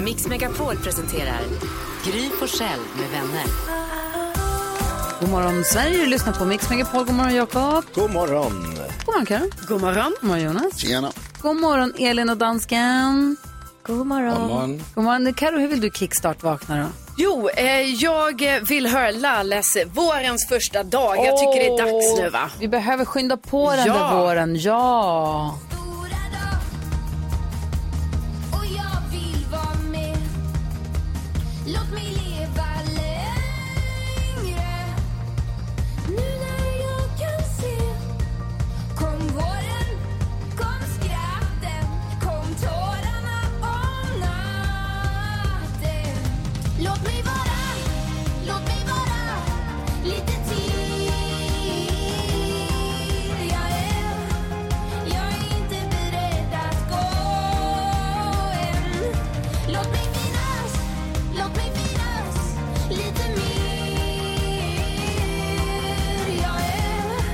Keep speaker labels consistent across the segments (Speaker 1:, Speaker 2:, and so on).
Speaker 1: Mix Megapol presenterar Gry Forssell med vänner.
Speaker 2: God morgon Sverige, du lyssnar på Mix Megapol. God morgon Jakob.
Speaker 3: God morgon.
Speaker 2: God morgon Karin. God morgon. God morgon Jonas.
Speaker 3: Tjena.
Speaker 2: God morgon Elin och dansken. God morgon.
Speaker 3: God morgon.
Speaker 2: God morgon. Karo, hur vill du kickstart-vakna då?
Speaker 4: Jo, eh, jag vill höra Lalles Vårens första dag. Jag tycker det är dags nu va?
Speaker 2: Vi behöver skynda på den
Speaker 4: Ja.
Speaker 2: där våren, ja.
Speaker 5: Och jag vill vara med Låt mig leva längre Nu när jag kan se Kom våren, kom skratten Kom tårarna om natten Låt mig vara, låt mig vara Lite till Jag är, jag är inte beredd att gå än Låt mig finnas, låt mig finnas lite mer Jag är,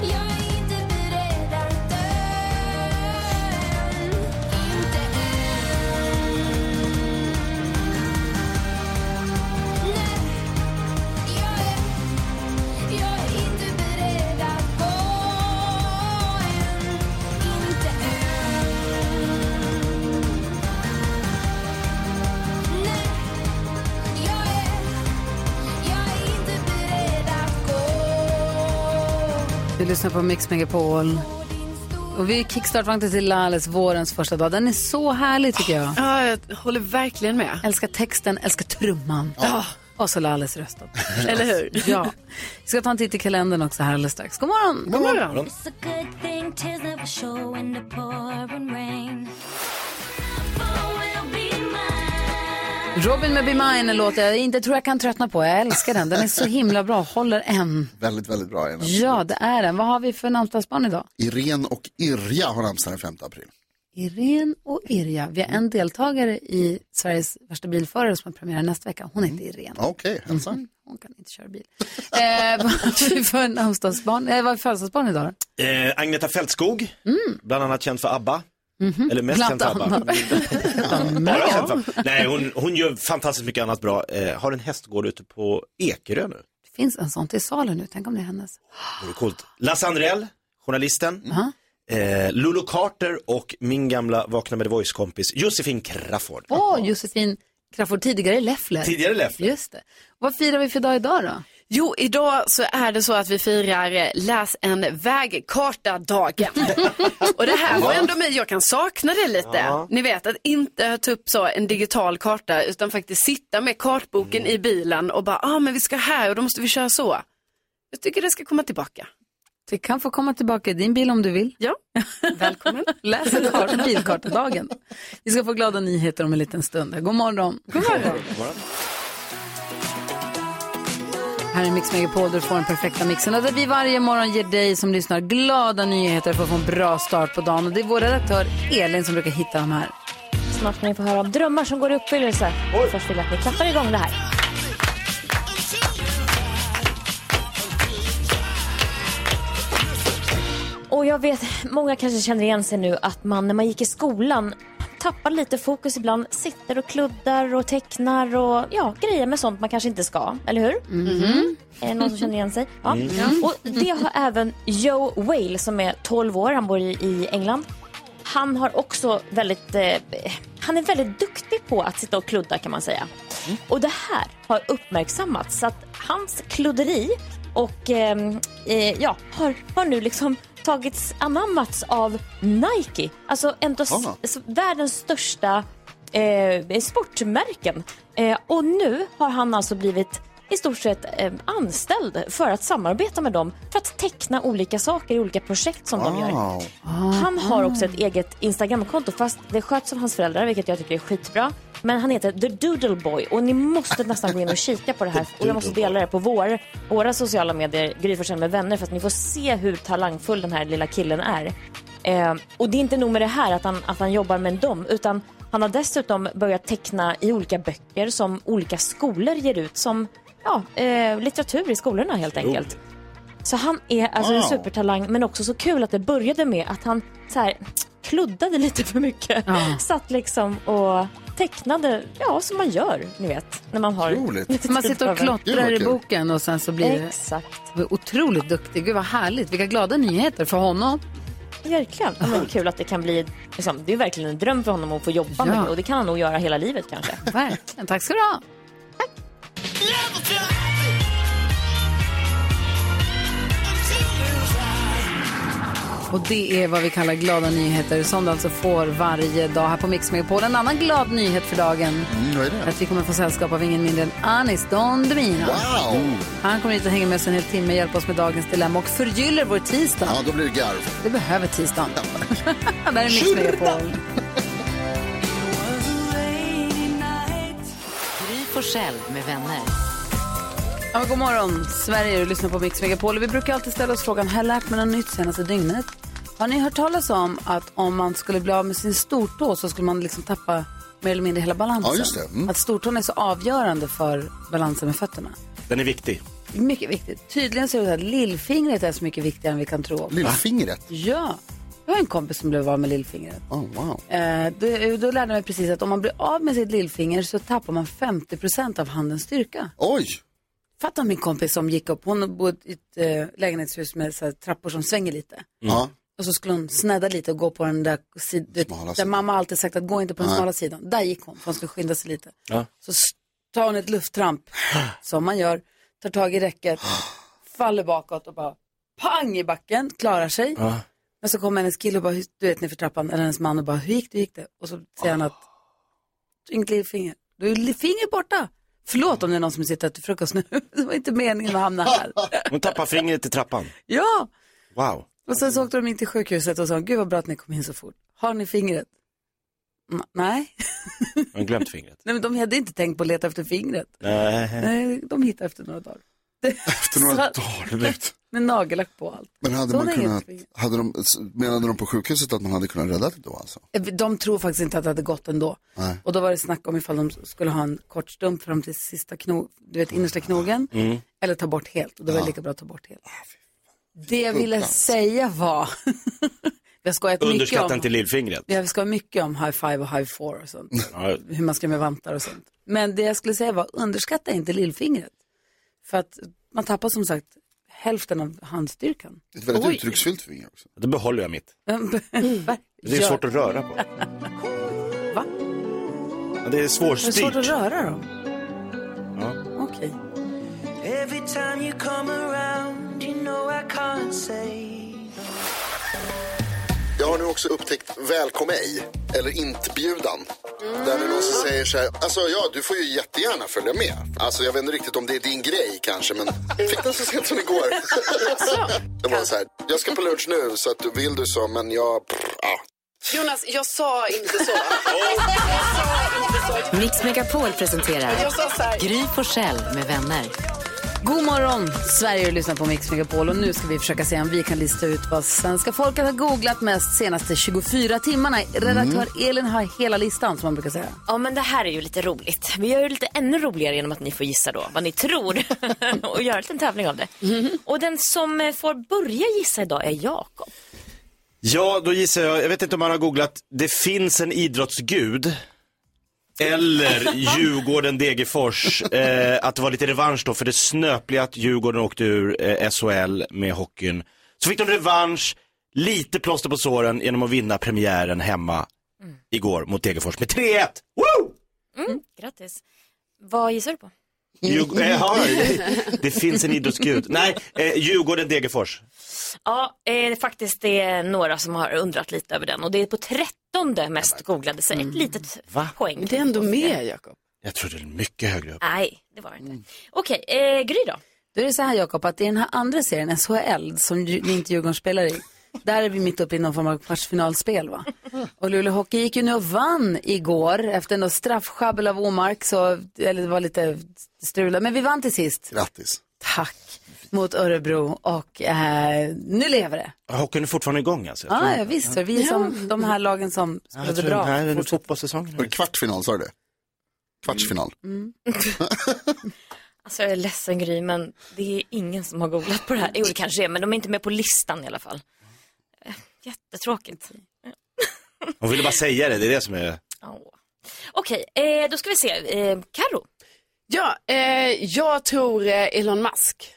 Speaker 5: jag är inte beredd att dö än Inte än Nej, jag är, jag är inte beredd att gå än Inte än Nej, jag är, jag är inte beredd att gå
Speaker 2: Du lyssnar på Mix Megapol. Och vi kickstart-vaknar till Lalles Vårens första dag. Den är så härlig tycker jag.
Speaker 4: Ja, jag håller verkligen med.
Speaker 2: Älskar texten, älskar trumman. Och så Lalles röst. också.
Speaker 4: Eller hur?
Speaker 2: Ja. Vi ska ta en titt i kalendern också här alldeles strax. God morgon!
Speaker 4: God morgon.
Speaker 5: It's a good thing tears never show in the pouring rain.
Speaker 2: Robin med Be Mine är en låt jag inte tror jag kan tröttna på. Jag älskar den. Den är så himla bra. Håller än.
Speaker 6: Väldigt, väldigt bra. Elin.
Speaker 2: Ja, det är den. Vad har vi för namnsdagsbarn idag?
Speaker 6: Irene och Irja har namnsdag den 5 april.
Speaker 2: Irene och Irja. Vi har en deltagare i Sveriges värsta bilförare som har premiär nästa vecka. Hon heter Irene.
Speaker 6: Okej, hälsa.
Speaker 2: Mhm. Mm, Hon kan inte köra bil.
Speaker 4: Mm.
Speaker 2: eh, vad har vi för namnsdagsbarn? Eh, vad har vi för födelsedagsbarn idag då?
Speaker 3: Eh, Agneta Fältskog, bland annat känd för ABBA. Eller mest
Speaker 2: Mhm. Bland
Speaker 3: känd för ABBA.
Speaker 2: annat.
Speaker 3: Bara känd för. Nej, hon, hon gör fantastiskt mycket annat bra. Eh, har en hästgård ute på Ekerö nu.
Speaker 2: Det finns en sån till salen nu. Tänk om det är hennes.
Speaker 3: Vore coolt. Lasse Andrell, journalisten. Eh, Lulu Carter och min gamla Vakna med The Voice-kompis Josefin Crafoord.
Speaker 2: Åh, Josefin Crafoord, tidigare i Leffler.
Speaker 3: Tidigare Leffler.
Speaker 2: Just det. Vad firar vi för dag idag då?
Speaker 4: Jo, idag så är det så att vi firar eh, Läs en vägkarta-dagen. och det här var ändå mig, jag kan sakna det lite. Ni vet, att inte ta upp så en digital karta utan faktiskt sitta med kartboken i bilen och bara, ah, men vi ska här och då måste vi köra så. Jag tycker det ska komma tillbaka.
Speaker 2: Du kan få komma tillbaka i din bil om du vill.
Speaker 4: Ja, välkommen.
Speaker 2: Läs en karta, bilkartadagen. Vi ska få glada nyheter om en liten stund. God morgon. God morgon. Här är Mix Megapol där du får den perfekta mixen. Och där vi varje morgon ger dig som lyssnar glada nyheter för att få en bra start på dagen. Och det är vår redaktör Elin som brukar hitta de här.
Speaker 7: Snart kommer ni få höra om drömmar som går i uppfyllelse. Först vill jag att ni klappar igång det här. Och jag vet, många kanske känner igen sig nu att man när man gick i skolan tappar lite fokus ibland, sitter och kluddar och tecknar och ja, grejer med sånt man kanske inte ska, eller hur? Är det någon som känner igen sig? Ja. Och det har även Joe Whale som är 12 år, han bor i, i England. Han har också väldigt, eh, han är väldigt duktig på att sitta och kludda kan man säga.
Speaker 6: Mm.
Speaker 7: Och det här har uppmärksammats så att hans kludderi och ehm, eh, ja, har, har nu liksom tagits anammats av Nike. Alltså en av s-
Speaker 6: Ah.
Speaker 7: s- världens största eh, sportmärken. Eh, och nu har han alltså blivit i stort sett eh, anställd för att samarbeta med dem för att teckna olika saker i olika projekt som de gör.
Speaker 6: Wow.
Speaker 7: Han har också ett eget Instagramkonto fast det sköts av hans föräldrar vilket jag tycker är skitbra. Men han heter The Doodle Boy och ni måste nästan gå in och kika på det här. Och jag måste dela det på vår, våra sociala medier, Gry Forssell med vänner, för att ni får se hur talangfull den här lilla killen är. Eh, och det är inte nog med det här att han, att han jobbar med dem, utan han har dessutom börjat teckna i olika böcker som olika skolor ger ut som ja, eh, litteratur i skolorna helt enkelt. Så han är alltså en
Speaker 8: Wow.
Speaker 7: supertalang men också så kul att det började med att han så här, kluddade lite för mycket. Satt liksom och tecknade, ja som man gör, ni vet, när man har lite
Speaker 2: Man
Speaker 7: tid
Speaker 2: sitter och
Speaker 7: över.
Speaker 2: klottrar i boken och sen så blir det... Otroligt duktig. Gud vad härligt. Vilka glada nyheter för honom.
Speaker 7: Verkligen. Ja, men det är kul att det kan bli, liksom, det är verkligen en dröm för honom att få jobba med det och det kan han nog göra hela livet kanske.
Speaker 2: Verkligen. Tack ska du ha. Och det är vad vi kallar glada nyheter som du alltså får varje dag här på Mix Megapol. En annan glad nyhet för dagen
Speaker 6: Mm, vad är
Speaker 2: är
Speaker 6: det?
Speaker 2: att vi kommer få sällskap av ingen mindre än Anis Don Demina.
Speaker 6: Wow!
Speaker 2: Han kommer hit och hänger med oss en hel timme, hjälper oss med dagens dilemma och förgyller vår tisdag.
Speaker 6: Ja, då blir det garv.
Speaker 2: Det behöver tisdagen. Där är Mix Megapol.
Speaker 1: Gry Forssell med vänner.
Speaker 2: Ja, men god morgon, Sverige. Du lyssnar på Mix Megapol. Vi brukar alltid ställa oss frågan, har jag lärt mig något nytt senaste dygnet? Har ni hört talas om att om man skulle bli av med sin stortå så skulle man liksom tappa mer eller mindre hela balansen?
Speaker 3: Ja, just det. Mm.
Speaker 2: Att stortån är så avgörande för balansen med fötterna.
Speaker 3: Den är viktig.
Speaker 2: Mycket viktigt. Tydligen så är det så här, att lillfingret är så mycket viktigare än vi kan tro.
Speaker 6: Lillfingret?
Speaker 2: Ja. Jag har en kompis som blev av med lillfingret.
Speaker 6: Oh, wow.
Speaker 2: Eh, då, då lärde jag mig precis att om man blir av med sitt lillfinger så tappar man 50 av handens styrka.
Speaker 6: Oj!
Speaker 2: Fatta min kompis som gick upp, hon bodde i ett eh, lägenhetshus med så här, trappor som svänger lite.
Speaker 6: Ja.
Speaker 2: Och så skulle hon snedda lite och gå på den där sidan, där
Speaker 6: sidan.
Speaker 2: mamma alltid sagt att gå inte på den
Speaker 6: Nej.
Speaker 2: smala sidan. Där gick hon, för hon skulle skynda sig lite.
Speaker 6: Ja.
Speaker 2: Så s- tar hon ett lufttramp, som man gör, tar tag i räcket, faller bakåt och bara pang i backen, klarar sig. Men så kommer hennes kille och bara, "Hur- du vet nerför trappan, eller hennes man och bara, hur gick det, hur gick det? Och så säger han att, inget lillfinger. Du är lillfinger borta. Förlåt om det är någon som sitter och äter frukost nu. Det var inte meningen att hamna här.
Speaker 3: Hon tappar fingret i trappan.
Speaker 2: Ja,
Speaker 3: Wow.
Speaker 2: och sen så åkte de in till sjukhuset och sa, gud vad bra att ni kom in så fort. Har ni fingret? "N- Nej.
Speaker 3: Har hon glömt fingret?
Speaker 2: Nej, men de hade inte tänkt på att leta efter fingret.
Speaker 3: Äh. Nej.
Speaker 2: Nej, de hittade efter några dagar. Efter
Speaker 6: några dagar, vet.
Speaker 2: Med nagellack på allt.
Speaker 6: Men hade
Speaker 2: Så
Speaker 6: man
Speaker 2: det är
Speaker 6: kunnat,
Speaker 2: inget
Speaker 6: hade de, menade de på sjukhuset att man hade kunnat rädda det då alltså?
Speaker 2: Eh, De tror faktiskt inte att det hade gått ändå.
Speaker 6: Nej.
Speaker 2: Och då var det snack om ifall de skulle ha en kort stump fram till sista knog, du vet innersta knogen.
Speaker 6: Mm.
Speaker 2: Eller ta bort helt. Och då var det
Speaker 6: Ja. Ah,
Speaker 2: lika bra att ta bort helt. Det jag ville säga var, vi har skojat mycket
Speaker 3: Underskatta
Speaker 2: om,
Speaker 3: inte lillfingret.
Speaker 2: vi har skojat mycket om high five och high four och sånt.
Speaker 3: Ja.
Speaker 2: Hur man ska göra med vantar och sånt. Men det jag skulle säga var, underskatta inte lillfingret. För att man tappar som sagt hälften av handstyrkan.
Speaker 6: Det är ett väldigt
Speaker 2: Oj.
Speaker 6: uttrycksfullt finger också.
Speaker 3: Då behåller jag mitt.
Speaker 2: Mm.
Speaker 3: Det är
Speaker 2: Gör-
Speaker 3: svårt att röra på. Va? Ja, det är
Speaker 2: Det är
Speaker 3: svårstyrt.
Speaker 2: svårt att röra dem.
Speaker 3: Ja.
Speaker 2: Okej.
Speaker 9: Every time you come around, you know I can't say.
Speaker 6: Jag har nu också upptäckt välkom ej, eller intbjudan. Där det någon
Speaker 2: Mm.
Speaker 6: som säger så här, alltså ja, du får ju jättegärna följa med. Alltså jag vet inte riktigt om det är din grej kanske, men fick den så sent som igår. det var så här, jag ska på lunch nu så att du vill du så, men jag, pff, ja.
Speaker 4: Jonas, jag sa inte så. Jag sa inte så.
Speaker 1: Mix Megapol presenterar
Speaker 4: Jag sa så här.
Speaker 1: Gry Forssell med vänner.
Speaker 2: God morgon, Sverige och lyssnar på Mix Megapol och nu ska vi försöka se om vi kan lista ut vad svenska folket har googlat mest senaste 24 timmarna. Redaktör Elin har hela listan som man brukar säga.
Speaker 7: Ja men det här är ju lite roligt. Vi gör ju lite ännu roligare genom att ni får gissa då vad ni tror och göra en liten tävling av det.
Speaker 2: Mm-hmm.
Speaker 7: Och den som eh, får börja gissa idag är Jakob.
Speaker 3: Ja, då gissar jag, jag vet inte om man har googlat, det finns en idrottsgud. Eller Djurgården Degerfors. Eh, att det var lite revansch då för det snöpliga att Djurgården åkte ur eh, SHL med hockeyn. Så fick de revansch, lite plåster på såren genom att vinna premiären hemma igår mot Degerfors med 3-1. Woo!
Speaker 7: Mm, grattis. Vad gissar du på?
Speaker 3: Djurg- eh, ja, det finns en idrottsgud. Nej, eh, Djurgården Degerfors.
Speaker 7: Ja, eh, det är faktiskt det är några som har undrat lite över den och det är på trettonde mest googlade sig. Ett litet poäng. Mm. Det är ändå
Speaker 4: med Jakob.
Speaker 3: Jag trodde det var mycket högre upp.
Speaker 7: Nej, det var det
Speaker 2: Mm.
Speaker 7: inte. Okej, eh, Gry då?
Speaker 2: Då är det så här Jakob, att i den här andra serien, SHL, som ju- ni inte Djurgården spelar i, Där är vi mitt uppe i någon form av kvartsfinalspel va? Och Luleå Hockey gick ju nu och vann igår efter något straffschabbel av Omark, så, eller det var lite strul, men vi vann till sist.
Speaker 6: Grattis.
Speaker 2: Tack. Mot Örebro och eh, nu lever det.
Speaker 3: Hockeyn är fortfarande igång alltså? Jag tror-
Speaker 2: Ah, ja, visst, så vi är som de här lagen som
Speaker 3: Ja, jag
Speaker 2: spelade
Speaker 3: tror-
Speaker 2: bra.
Speaker 3: Nej, det är nu fotbollssäsongen.
Speaker 6: Var det kvartsfinal, sa du det? Kvartsfinal.
Speaker 7: Mm. Alltså jag är ledsen Gry, men det är ingen som har googlat på det här. Jo det kanske är, men de är inte med på listan i alla fall. Eh, Jättetråkigt.
Speaker 3: Hon ville bara säga det, det är det som är...
Speaker 7: Åh. Okej, eh, då ska vi se. Eh, Karo.
Speaker 8: Ja, eh, jag tror eh, Elon Musk.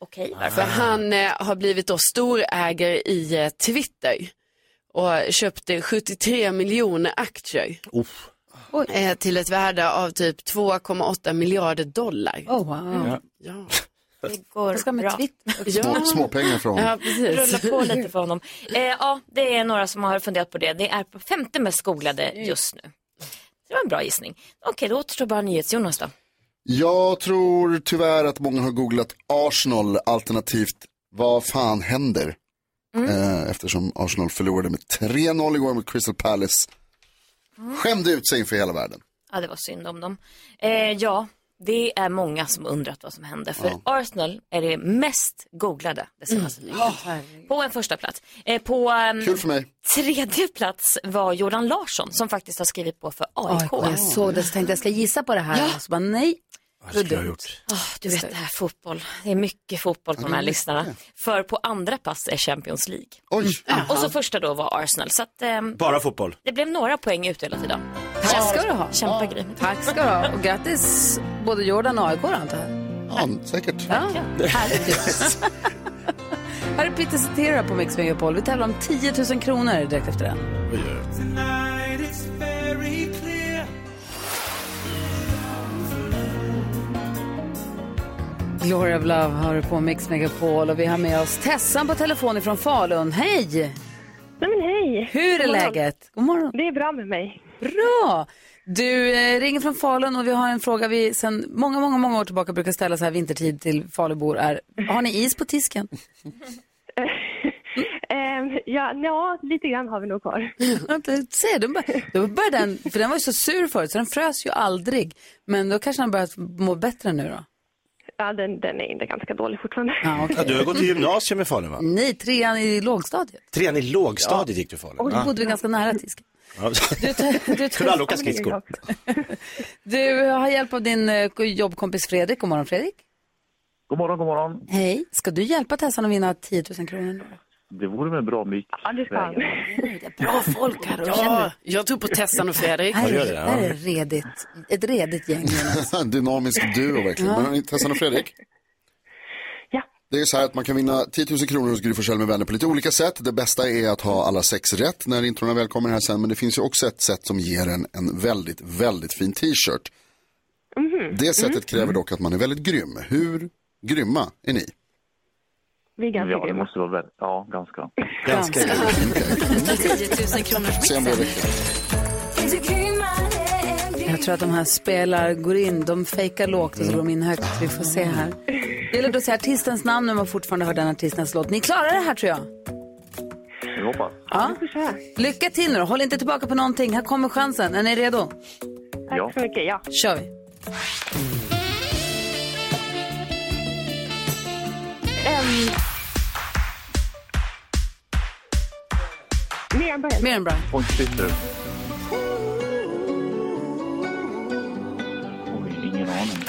Speaker 7: Okej.
Speaker 8: För han eh, har blivit då storägare i eh, Twitter och köpte 73 miljoner aktier. Eh, till ett värde av typ 2,8 miljarder dollar.
Speaker 2: Oh, wow.
Speaker 3: Ja.
Speaker 8: Ja.
Speaker 7: Det går
Speaker 2: Jag ska med
Speaker 7: bra.
Speaker 2: Twitter.
Speaker 6: Små, småpengar från
Speaker 8: Ja, precis.
Speaker 7: Rulla på lite för honom. Eh, ja, det är några som har funderat på det. Det är på femte mest googlade just nu. Det var en bra gissning. Okej, då återstår bara NyhetsJonas då.
Speaker 3: Mm.
Speaker 6: Jag tror tyvärr att många har googlat Arsenal alternativt vad fan händer?
Speaker 2: Mm.
Speaker 6: Eh, eftersom Arsenal förlorade med 3-0 igår mot Crystal Palace.
Speaker 2: Mm.
Speaker 6: Skämde ut sig inför hela världen.
Speaker 7: Ja, det var synd om dem. Eh, ja, det är många som undrat vad som hände. För Arsenal är det mest googlade det senaste dygnet. På en första plats. Eh, på ehm,
Speaker 6: Kul för mig.
Speaker 7: tredje plats var Jordan Larsson som faktiskt har skrivit på för AIK.
Speaker 2: Jag såg det så tänkte jag ska gissa på det här. Så bara nej.
Speaker 3: Vad skulle jag ha gjort?
Speaker 7: Ah, du vet det här fotboll. Det är mycket fotboll på de här listorna. För på andra pass är Champions League. Mm.
Speaker 6: Oj,
Speaker 7: Och så första då var Arsenal. Så att, ehm,
Speaker 3: Bara fotboll.
Speaker 7: det blev några poäng utdelat idag.
Speaker 2: Tack ska du ha.
Speaker 7: Kämpa Gry.
Speaker 2: Tack ska du ha. Och grattis både Jordan och AIK antar jag.
Speaker 6: ja, säkert.
Speaker 2: Ja, härligt ju. Här är Peter Cetera på Mix Megapol. Vi tävlar om 10 000 kronor direkt efter den. Gloria of Love har du på Mix Megapol och vi har med oss Tessan på telefon ifrån Falun. Hej!
Speaker 5: Nej men hej!
Speaker 2: Hur är
Speaker 5: God morgon.
Speaker 2: läget? God morgon.
Speaker 5: Det är bra med mig.
Speaker 2: Bra! Du eh, ringer från Falun och vi har en fråga vi sedan många, många, många år tillbaka brukar ställa så här vintertid till Falubor är, har ni is på tisken?
Speaker 5: Ehm, ja, ja, lite grann har vi nog kvar.
Speaker 2: Vänta, Se, då bör- då börjar den, för den var ju så sur förut så den frös ju aldrig. Men då kanske den börjat må bättre nu då?
Speaker 5: Ja, den, den är inte ganska dålig fortfarande.
Speaker 2: Ja,
Speaker 3: Ja,
Speaker 2: okej.
Speaker 3: du har gått i gymnasium i Falun va?
Speaker 2: Nej, trean i lågstadiet.
Speaker 3: Trean i lågstadiet gick du i Falun.
Speaker 2: Och då bodde vi ganska nära tisken.
Speaker 3: Ja.
Speaker 2: Du, tar- du,
Speaker 3: Kunde aldrig
Speaker 2: tar-
Speaker 3: åka skridskor.
Speaker 2: du har hjälp av din eh, jobbkompis Fredrik. God morgon Fredrik.
Speaker 10: God morgon, god morgon.
Speaker 2: Hej. Ska du hjälpa Tessan att vinna 10 000 kronor nu?
Speaker 10: Det vore väl bra mycket.
Speaker 5: Ja, det ska han.
Speaker 8: Bra folk här. Ja, jag tror på Tessan och Fredrik.
Speaker 2: Här
Speaker 3: gör
Speaker 2: är,
Speaker 3: det, ja.
Speaker 2: här är redigt, ett redigt gäng. Jonas.
Speaker 6: Dynamisk duo verkligen. Men har ni- Tessan och Fredrik?
Speaker 5: Ja.
Speaker 6: Det är så här att man kan vinna 10 000 kronor hos Gry Forssell med vänner på lite olika sätt. Det bästa är att ha alla sex rätt när introna väl kommer här sen. Men det finns ju också ett sätt som ger en en väldigt, väldigt fin t-shirt.
Speaker 2: Mm-hmm.
Speaker 10: Mm.
Speaker 6: Det sättet kräver dock att man är väldigt grym. Hur grymma är ni?
Speaker 5: Vi er är ganska
Speaker 10: Ja, det
Speaker 5: grymma.
Speaker 10: måste vara väl. Ja, ganska.
Speaker 3: Ganska grymt.
Speaker 10: er
Speaker 1: 10 000 kronors
Speaker 6: Sen blir det
Speaker 2: Jag tror att de här spelar, går in, de fejkar lågt och så går de in högt. Vi får se här. Det gäller då att säga artistens namn när man fortfarande hör den artistens låt. Ni klarar det här tror jag.
Speaker 10: Vi hoppas.
Speaker 2: Ja. Lycka till nu då. Håll inte tillbaka på någonting. Här kommer chansen. Är ni redo?
Speaker 10: Ja.
Speaker 5: Tack så mycket, ja.
Speaker 2: kör vi.
Speaker 5: Mer än bara
Speaker 2: Mer än bra.
Speaker 10: Oj, sitter du? Oj, ingen aning.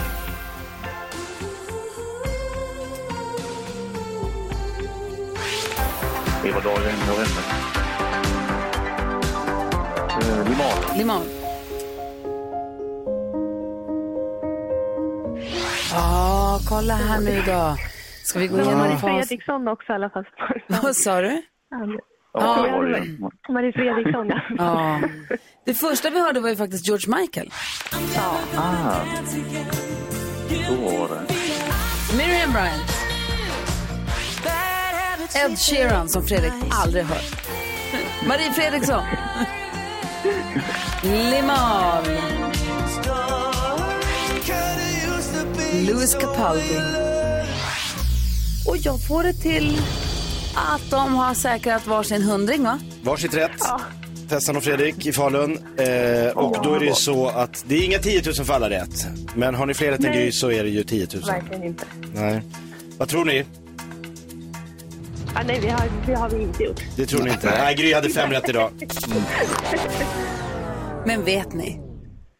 Speaker 10: Eva Dahlgren, jag vet inte. Eh, Limal.
Speaker 2: Limon. Ja, kolla här nu då. Ska vi gå igenom
Speaker 5: Marie
Speaker 2: facit?
Speaker 5: Fredriksson också i alla fall.
Speaker 2: Vad sa du?
Speaker 10: Ja, det var det ju.
Speaker 5: Marie Fredriksson, ja.
Speaker 2: Ja. Det första vi hörde var ju faktiskt George Michael.
Speaker 10: Ah, så var det.
Speaker 2: Miriam Bryant. Ed Sheeran som Fredrik aldrig hört. Marie Fredriksson. Limal. Louis Capaldi. Och jag får det till att de har säkrat varsin hundring va?
Speaker 3: Varsitt rätt. Tessan och Fredrik i Falun. Eh, och då är det ju så att det är inga 10 000 för alla rätt. Men har ni fler rätt än
Speaker 5: Nej.
Speaker 3: Gry så är det ju 10 000.
Speaker 5: Verkligen inte.
Speaker 3: Nej. Vad tror ni?
Speaker 5: Ah, nej, det har, det har vi inte gjort.
Speaker 3: Det tror ni inte? Nej, Gry hade fem rätt idag.
Speaker 2: Men vet ni?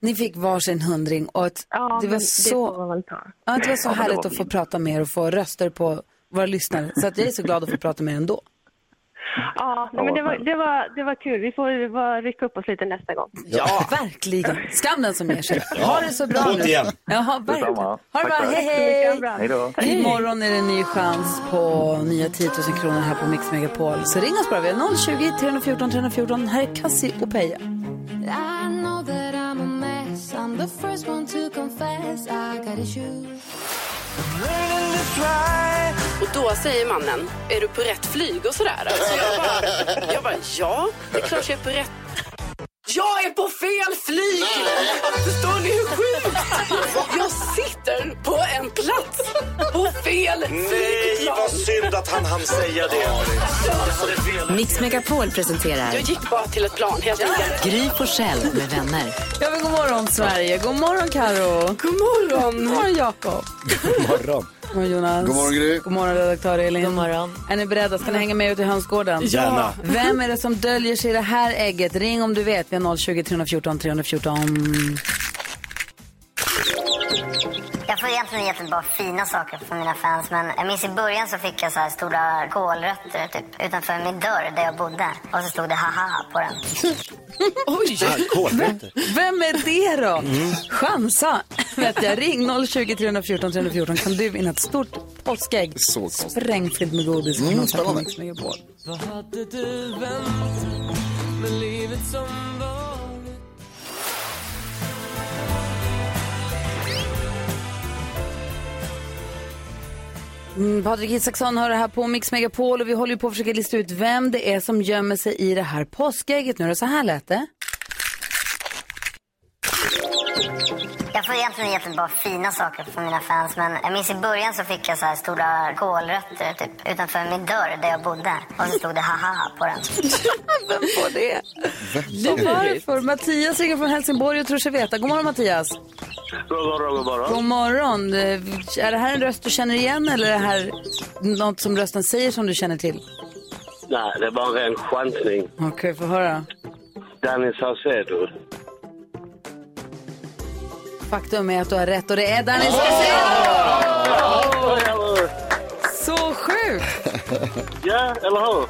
Speaker 2: Ni fick varsin hundring och ett, det var
Speaker 5: men
Speaker 2: så,
Speaker 5: Det får man väl ta.
Speaker 2: ja, det var så
Speaker 5: Ja, men det
Speaker 2: härligt
Speaker 5: var
Speaker 2: att få
Speaker 5: fint.
Speaker 2: prata med er och få röster på våra lyssnare. Så att jag är så glad att få prata med er ändå.
Speaker 5: Ja, nej, men det var, det, var, det var kul. Vi får vi får rycka upp oss lite nästa gång.
Speaker 2: Ja, verkligen. Skam den som ger sig.
Speaker 5: Ja.
Speaker 2: Ha det så bra
Speaker 5: Ont
Speaker 2: nu.
Speaker 5: igen.
Speaker 2: Ja, verkligen.
Speaker 5: Detsamma.
Speaker 2: Ha
Speaker 5: Tack
Speaker 2: det bra.
Speaker 5: själv.
Speaker 2: Hej,
Speaker 5: Mycket
Speaker 2: hej.
Speaker 5: bra. Hej då. Hej.
Speaker 2: Imorgon är det en ny chans på nya 10 000 kronor här på Mix Megapol. Så ring oss bara. Vi har 020 314 314. Här är Cassie och
Speaker 11: I
Speaker 2: Peja.
Speaker 11: know that I'm a mess. I'm the first one to confess. I got issues.
Speaker 4: Och då säger mannen, är du på rätt flyg och sådär? Så jag, bara, jag bara, ja, det är klart jag är på rätt. Jag är på fel flyg! Förstår ni hur sjukt? Jag sitter på en plats på fel
Speaker 3: Nej, vad synd att han hann säga det.
Speaker 1: Mix Megapol presenterar
Speaker 4: Jag gick bara till ett plan helt enkelt.
Speaker 1: Gry på själv med vänner.
Speaker 2: Ja, men god morgon Sverige. God morgon Karo.
Speaker 4: God morgon.
Speaker 2: God morgon Jakob.
Speaker 3: Morgon.
Speaker 2: God morgon Jonas.
Speaker 3: God morgon, Gry.
Speaker 2: God morgon redaktör Elin. God
Speaker 12: morgon.
Speaker 2: Är ni beredda? Ska ni hänga med ut i hönsgården?
Speaker 3: Gärna.
Speaker 2: Vem är det som döljer sig i det här ägget? Ring om du vet. Vi har 020 314 314.
Speaker 13: Jag får egentligen egentligen bara fina saker från mina fans men jag minns i början så fick jag så här stora kolrötter typ utanför min dörr där jag bodde och så stod det haha på den.
Speaker 2: Oj! Vem, vem är det då?
Speaker 14: Mm.
Speaker 2: Chansa! Vet jag. Ring 020 314 314 kan du vinna ett stort påskägg sprängfyllt med godis.
Speaker 14: Mm,
Speaker 2: Mm,
Speaker 14: spännande.
Speaker 15: Vad hade du vänt med livet som var?
Speaker 2: Mm, Patrik Isaksson har det här på Mix Megapol och vi håller ju på att försöka lista ut vem det är som gömmer sig i det här påskägget nu. då. Så här lät det.
Speaker 13: Jag får egentligen egentligen bara fina saker från mina fans men jag minns i början så fick jag så här stora kolrötter typ utanför min dörr där jag bodde och så stod det haha på den.
Speaker 2: Vem får det? Mm-hmm. Varför? Mattias ringer från Helsingborg och tror sig veta. God morgon Mattias.
Speaker 8: God morgon, god morgon.
Speaker 2: God morgon. Eh, Är det här en röst du känner igen eller är det här något som rösten säger som du känner till?
Speaker 8: Nej, det var en chansning.
Speaker 2: Okej, få höra.
Speaker 8: Danny Saucedo.
Speaker 2: Faktum är att du har rätt och det är Danny
Speaker 8: Saucedo!
Speaker 2: Så sjukt!
Speaker 8: Ja, eller hur?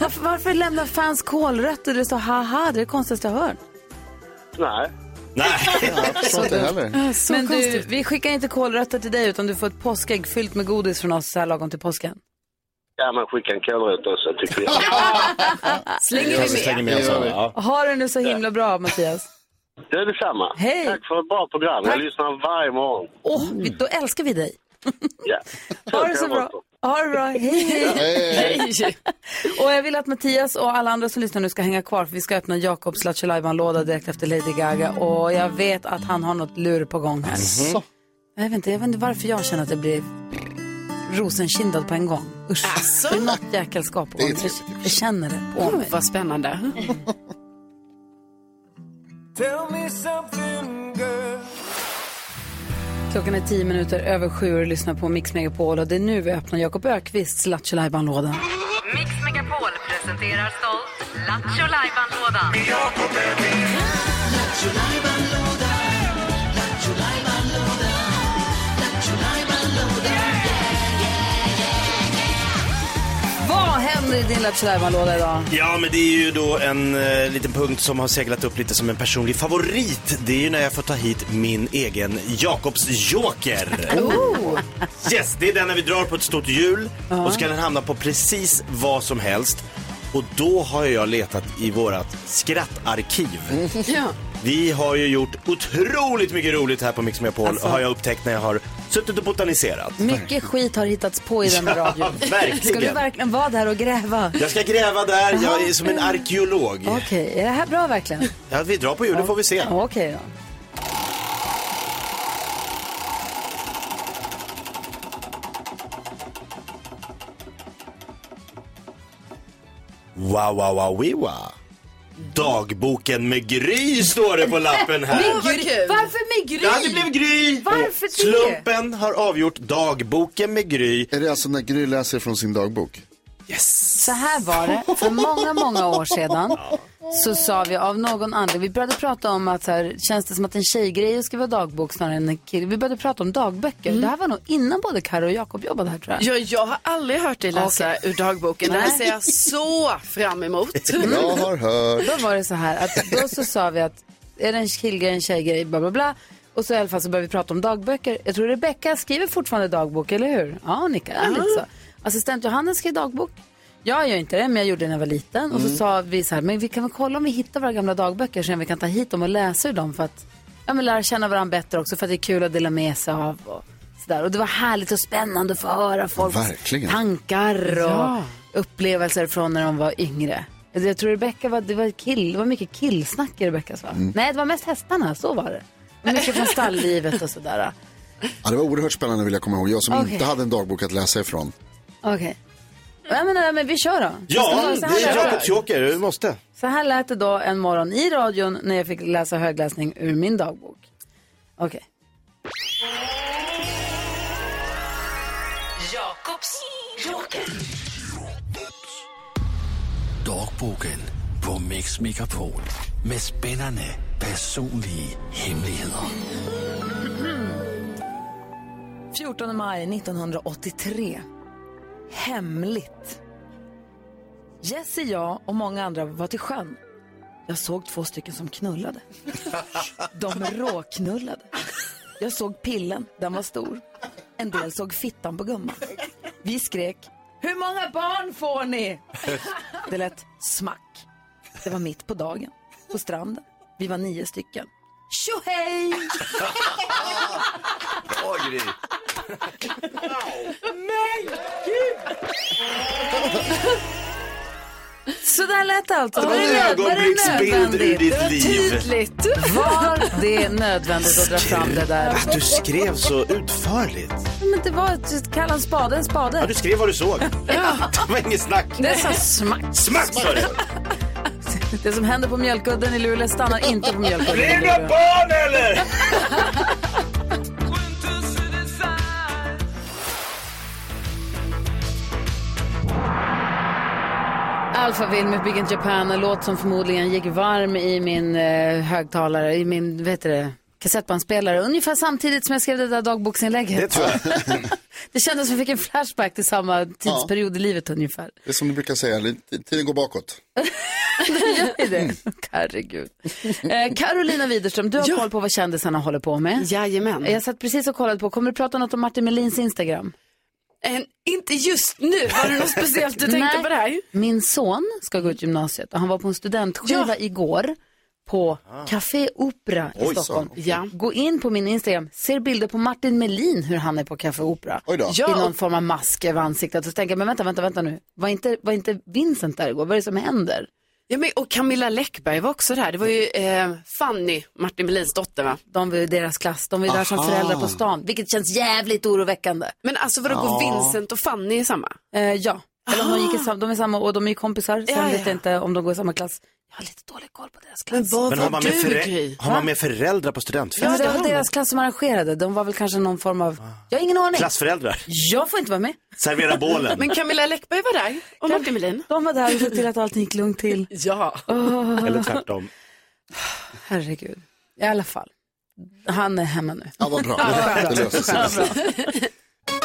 Speaker 2: Varför, varför lämnar fans kolrötter? Det står haha, det är det konstigaste jag hört.
Speaker 8: Nej.
Speaker 3: Nej.
Speaker 8: Jag förstår inte heller.
Speaker 2: Så Men du, vi skickar inte kolrötter till dig utan du får ett påskägg fyllt med godis från oss så här lagom till påsken.
Speaker 8: Ja, men skicka en kålröt också tycker jag.
Speaker 2: Slänger vi
Speaker 3: Slänger med
Speaker 8: Ja,
Speaker 3: oss alla,
Speaker 8: vi.
Speaker 3: ja.
Speaker 2: Ha det nu så himla bra Mattias.
Speaker 8: Det är detsamma.
Speaker 2: Hej.
Speaker 8: Tack för ett bra program. Jag
Speaker 2: Tack.
Speaker 8: lyssnar varje morgon.
Speaker 2: Åh, vi- då älskar vi dig.
Speaker 8: Ja.
Speaker 2: Ha det så bra. Ha det bra. Hej, hej.
Speaker 8: Hej.
Speaker 2: Och jag vill att Mattias och alla andra som lyssnar nu ska hänga kvar för vi ska öppna Jakobs Lattjo låda direkt efter Lady Gaga och jag vet att han har något lur på gång här.
Speaker 14: Asså.
Speaker 2: Jag, vet inte, jag vet inte varför jag känner att det blir rosenkindad på en gång. Usch, det är något jäkelskap på gång. Jag, jag känner det på mig.
Speaker 4: Vad spännande.
Speaker 15: Tell me something girl.
Speaker 2: Klockan är tio minuter över sju och du lyssnar på Mix Megapol och det är nu vi öppnar Jakob Ökvists Lattjo lådan
Speaker 16: Mix Megapol presenterar stolt Lattjo Lajban-lådan.
Speaker 2: Vad händer i din Lattjo låda idag?
Speaker 3: Ja, men det är ju då en eh, liten punkt som har seglat upp lite som en personlig favorit. Det är ju när jag får ta hit min egen Jakobsjoker. Yes, det är den när vi drar på ett stort hjul
Speaker 17: Ja.
Speaker 3: och så kan den hamna på precis vad som helst. Och då har jag letat i vårat skrattarkiv. Vi har ju gjort otroligt mycket roligt här på Mix Megapol
Speaker 2: Alltså. Mm.
Speaker 3: har jag upptäckt när jag har suttit och botaniserat.
Speaker 2: Mycket skit har hittats på i den här
Speaker 3: Ja,
Speaker 2: radion.
Speaker 3: verkligen.
Speaker 2: Ska du verkligen vara där och gräva?
Speaker 3: Jag ska gräva där, jag är som en arkeolog.
Speaker 2: Okej, är det här bra verkligen?
Speaker 3: Ja, vi drar på hjulet får vi se.
Speaker 2: Ja, Okej då.
Speaker 3: Wow, wow, wow, wee, wow. Dagboken med Gry står det på lappen här.
Speaker 2: Varför med Gry?
Speaker 3: Ja, det blev Gry.
Speaker 2: Varför det?
Speaker 3: Slumpen har avgjort dagboken med Gry.
Speaker 6: Är det alltså när Gry läser från sin dagbok?
Speaker 2: Så här var det, för många, många år sedan så sa vi av någon anledning, vi började prata om att så här, känns det som att en tjejgrej att skriva dagbok snarare än en kille. Vi började prata om dagböcker.
Speaker 3: Mm.
Speaker 2: Det här var nog innan både Karo och Jakob jobbade här tror jag.
Speaker 4: Ja, jag har aldrig hört dig läsa ur dagboken. Det här
Speaker 2: Nej.
Speaker 4: ser jag så fram emot.
Speaker 6: Jag har hört.
Speaker 2: Då var det så här att då så sa vi att är det en killgrej, en tjejgrej, bla bla bla. Och så i alla fall så började vi prata om dagböcker. Jag tror Rebecka skriver fortfarande dagbok, eller hur? Ja, hon nickar ja. lite så. Assistent Johannes skrev dagbok. Jag gör inte det, men jag gjorde det när jag var liten. Och så
Speaker 4: Mm.
Speaker 2: sa vi så här, men vi kan väl kolla om vi hittar våra gamla dagböcker så vi kan ta hit dem och läsa ur dem för att ja, men lära känna varandra bättre också för att det är kul att dela med sig av. Och, så där. och det var härligt och spännande att få höra folks
Speaker 6: Verkligen.
Speaker 2: tankar och
Speaker 6: Ja.
Speaker 2: upplevelser från när de var yngre. Jag tror Rebecka var, det var, kill, det var mycket killsnack i Rebeckas va?
Speaker 6: Mm.
Speaker 2: Nej, det var mest hästarna, så var det. Och Mycket från stalllivet och sådär.
Speaker 6: Ja, det var oerhört spännande vill jag komma ihåg. Jag som
Speaker 2: Okej.
Speaker 6: inte hade en dagbok att läsa ifrån.
Speaker 2: Okej. Jag menar, men vi kör då.
Speaker 3: Ja,
Speaker 2: Så- så här
Speaker 3: det är
Speaker 2: lät det.
Speaker 3: Jakobs joker, du måste.
Speaker 2: Så här lät det då en morgon i radion när jag fick läsa högläsning ur min dagbok. Okej.
Speaker 1: Jakobs joker.
Speaker 5: Dogbogen på Mix Megapol med spännande personlige hemmeligheder.
Speaker 8: 14 maj 1983. Hemligt. Jesse, jag och många andra var till sjön. Jag såg två stycken som knullade. De råknullade. Jag såg pillen, den var stor. En del såg fittan på gumman. Vi skrek, hur många barn får ni? Det lät smack. Det var mitt på dagen, på stranden. Vi var nio stycken. Tjohej!
Speaker 3: Bra Gry.
Speaker 8: Men gud! Så där lät det alltså.
Speaker 2: Det var en ögonblicksbild ur ditt
Speaker 8: Det var
Speaker 3: liv.
Speaker 8: tydligt.
Speaker 2: Var det nödvändigt att dra fram det där?
Speaker 3: Att du skrev så utförligt.
Speaker 2: Men det var ett kalla en spade en spade.
Speaker 3: Ja, du skrev vad du såg. Det var inget snack.
Speaker 2: Det sa smack.
Speaker 3: Smack sa det.
Speaker 2: Det som händer på mjölkudden i Luleå stannar inte på mjölkudden i
Speaker 3: Blir det
Speaker 2: Luleå.
Speaker 3: barn eller?
Speaker 2: Alphaville med Big in Japan, en låt som förmodligen gick varm i min eh, högtalare, i min, vet du det, kassettbandspelare. Ungefär samtidigt som jag skrev det där dagboksinlägget.
Speaker 6: Det tror jag.
Speaker 2: det kändes som jag fick en flashback till samma tidsperiod i livet ungefär.
Speaker 6: Det är som du brukar säga, lite- tiden går bakåt.
Speaker 2: Det gör ju det. Herregud. Eh, Carolina Widerström, du har koll på vad kändisarna håller på med.
Speaker 4: Jajamän.
Speaker 2: Jag satt precis och kollade på, kommer du prata något om Martin Melins Instagram?
Speaker 4: En, inte just nu. Var det något speciellt du tänkte
Speaker 2: Nej.
Speaker 4: på där?
Speaker 2: Min son ska gå ut gymnasiet och han var på en studentskiva igår på Café Opera i
Speaker 4: Oj, så.
Speaker 2: Stockholm. Gå in på min Instagram, ser bilder på Martin Melin hur han är på Café Opera.
Speaker 4: Oj då.
Speaker 2: I
Speaker 4: Ja,
Speaker 2: någon
Speaker 4: och-
Speaker 2: form av mask över ansiktet. Och så tänker jag, men vänta, vänta, vänta nu. Var inte, var inte Vincent där igår? Vad är det som händer?
Speaker 4: Ja, men, och Camilla Läckberg var också där. Det var ju eh, Fanny, Martin Melins dotter va?
Speaker 2: De var ju deras klass. De var ju där som
Speaker 4: Aha.
Speaker 2: föräldrar på stan, vilket känns jävligt oroväckande.
Speaker 4: Men alltså vadå,
Speaker 2: Ja.
Speaker 4: går Vincent och Fanny i samma? Ah.
Speaker 2: Eh, ja, eller om de, gick i sam- de är samma och de är ju kompisar. Sen
Speaker 4: Ja,
Speaker 2: vet
Speaker 4: ja.
Speaker 2: jag inte om de går i samma klass. Jag har lite
Speaker 3: Men
Speaker 2: dålig
Speaker 3: har
Speaker 2: koll på
Speaker 3: man,
Speaker 2: deras
Speaker 3: med
Speaker 2: klass.
Speaker 3: förä- har man med föräldrar på studentfest?
Speaker 2: Ja, det var deras klass som arrangerade. De var väl kanske någon form av...
Speaker 4: Ah.
Speaker 2: Jag har ingen aning.
Speaker 3: Klassföräldrar.
Speaker 2: Jag får inte vara med.
Speaker 3: Servera bålen.
Speaker 4: Men Camilla Läckberg var där och Martin Melin.
Speaker 2: De var där och såg till att allting gick lugnt till.
Speaker 4: Ja.
Speaker 3: Eller tvärtom.
Speaker 2: Herregud. I alla fall. Han är hemma nu.
Speaker 6: Ja, vad bra.
Speaker 2: skönt.
Speaker 6: Det löser sig.
Speaker 2: Ja, bra.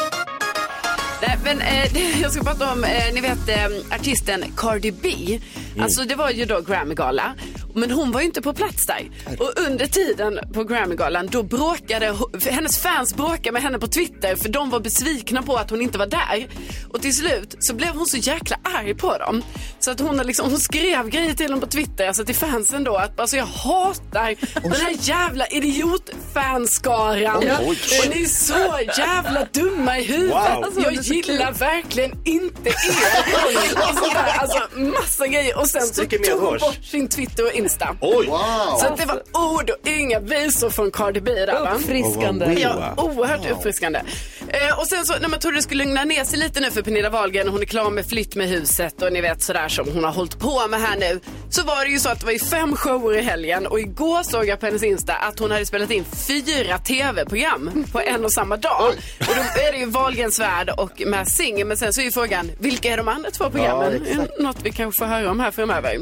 Speaker 4: Nej, men eh, det- jag ska prata om, eh, ni vet eh, artisten Cardi B. Alltså det var ju då Grammy-gala. Men hon var ju inte på plats där. Och under tiden på Grammy-galan då bråkade, ho- hennes fans bråkade med henne på Twitter för de var besvikna på att hon inte var där. Och till slut så blev hon så jäkla arg på dem. Så att hon, har liksom, hon skrev grejer till dem på Twitter, alltså till fansen då att alltså, jag hatar den här jävla idiotfanskaran.
Speaker 1: Oj.
Speaker 4: Och ni är så jävla dumma i huvudet.
Speaker 1: Wow.
Speaker 4: Alltså, jag gillar verkligen inte er. Och så där, alltså, massa grejer. Och sen så
Speaker 3: Stryker med
Speaker 4: tog hon
Speaker 3: hörs.
Speaker 4: bort sin Twitter och Insta.
Speaker 3: Oj. Wow.
Speaker 4: Så att det var ord och inga visor från Cardi B där. va?
Speaker 1: Oh,
Speaker 3: Uppfriskande.
Speaker 4: Ja, oerhört uppfriskande. Eh, och sen så, när man trodde det skulle lugna ner sig lite nu för Pernilla Wahlgren, hon är klar med flytt med huset och ni vet sådär som hon har hållit på med här nu. Så var det ju så att det var ju fem shower i helgen och igår såg jag på hennes Insta att hon hade spelat in fyra tv-program på en och samma dag. Och då är det ju Wahlgrens värld och med Singer, men sen så är ju frågan, vilka är de andra två programmen?
Speaker 8: Ja, exakt.
Speaker 4: Något vi kanske får höra om här framöver.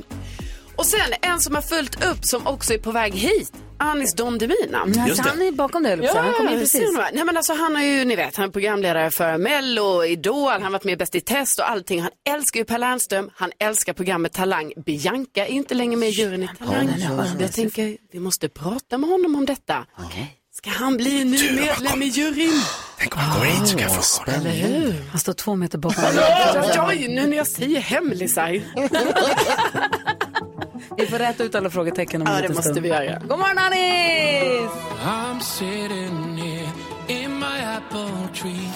Speaker 4: Och sen en som har följt upp som också är på väg hit. Anis Don Demina.
Speaker 2: Mm, Just alltså, det. han är bakom dig, höll jag på att säga. Han kom in precis.
Speaker 4: ser du va? Nej, men alltså, han har ju, ni vet, han är programledare för Mello, Idol, han har varit med i Bäst i test och allting. Han älskar ju Per Lernström, han älskar programmet Talang. Bianca är inte längre med i juryn i Talang. jag tänker, vi måste prata med honom om detta. Ska han bli en ny medlem i juryn?
Speaker 3: Tänk om han går hit så kan jag fråga
Speaker 2: Eller hur? Han står två meter bakom.
Speaker 4: Ja, oj, nu när jag säger hemlisar.
Speaker 2: Vi får räta ut alla frågetecken om
Speaker 4: Ja,
Speaker 2: en
Speaker 4: det
Speaker 2: liten
Speaker 4: måste
Speaker 2: stund.
Speaker 4: vi göra.
Speaker 2: God morgon Anis!
Speaker 9: I'm sitting here in my apple tree.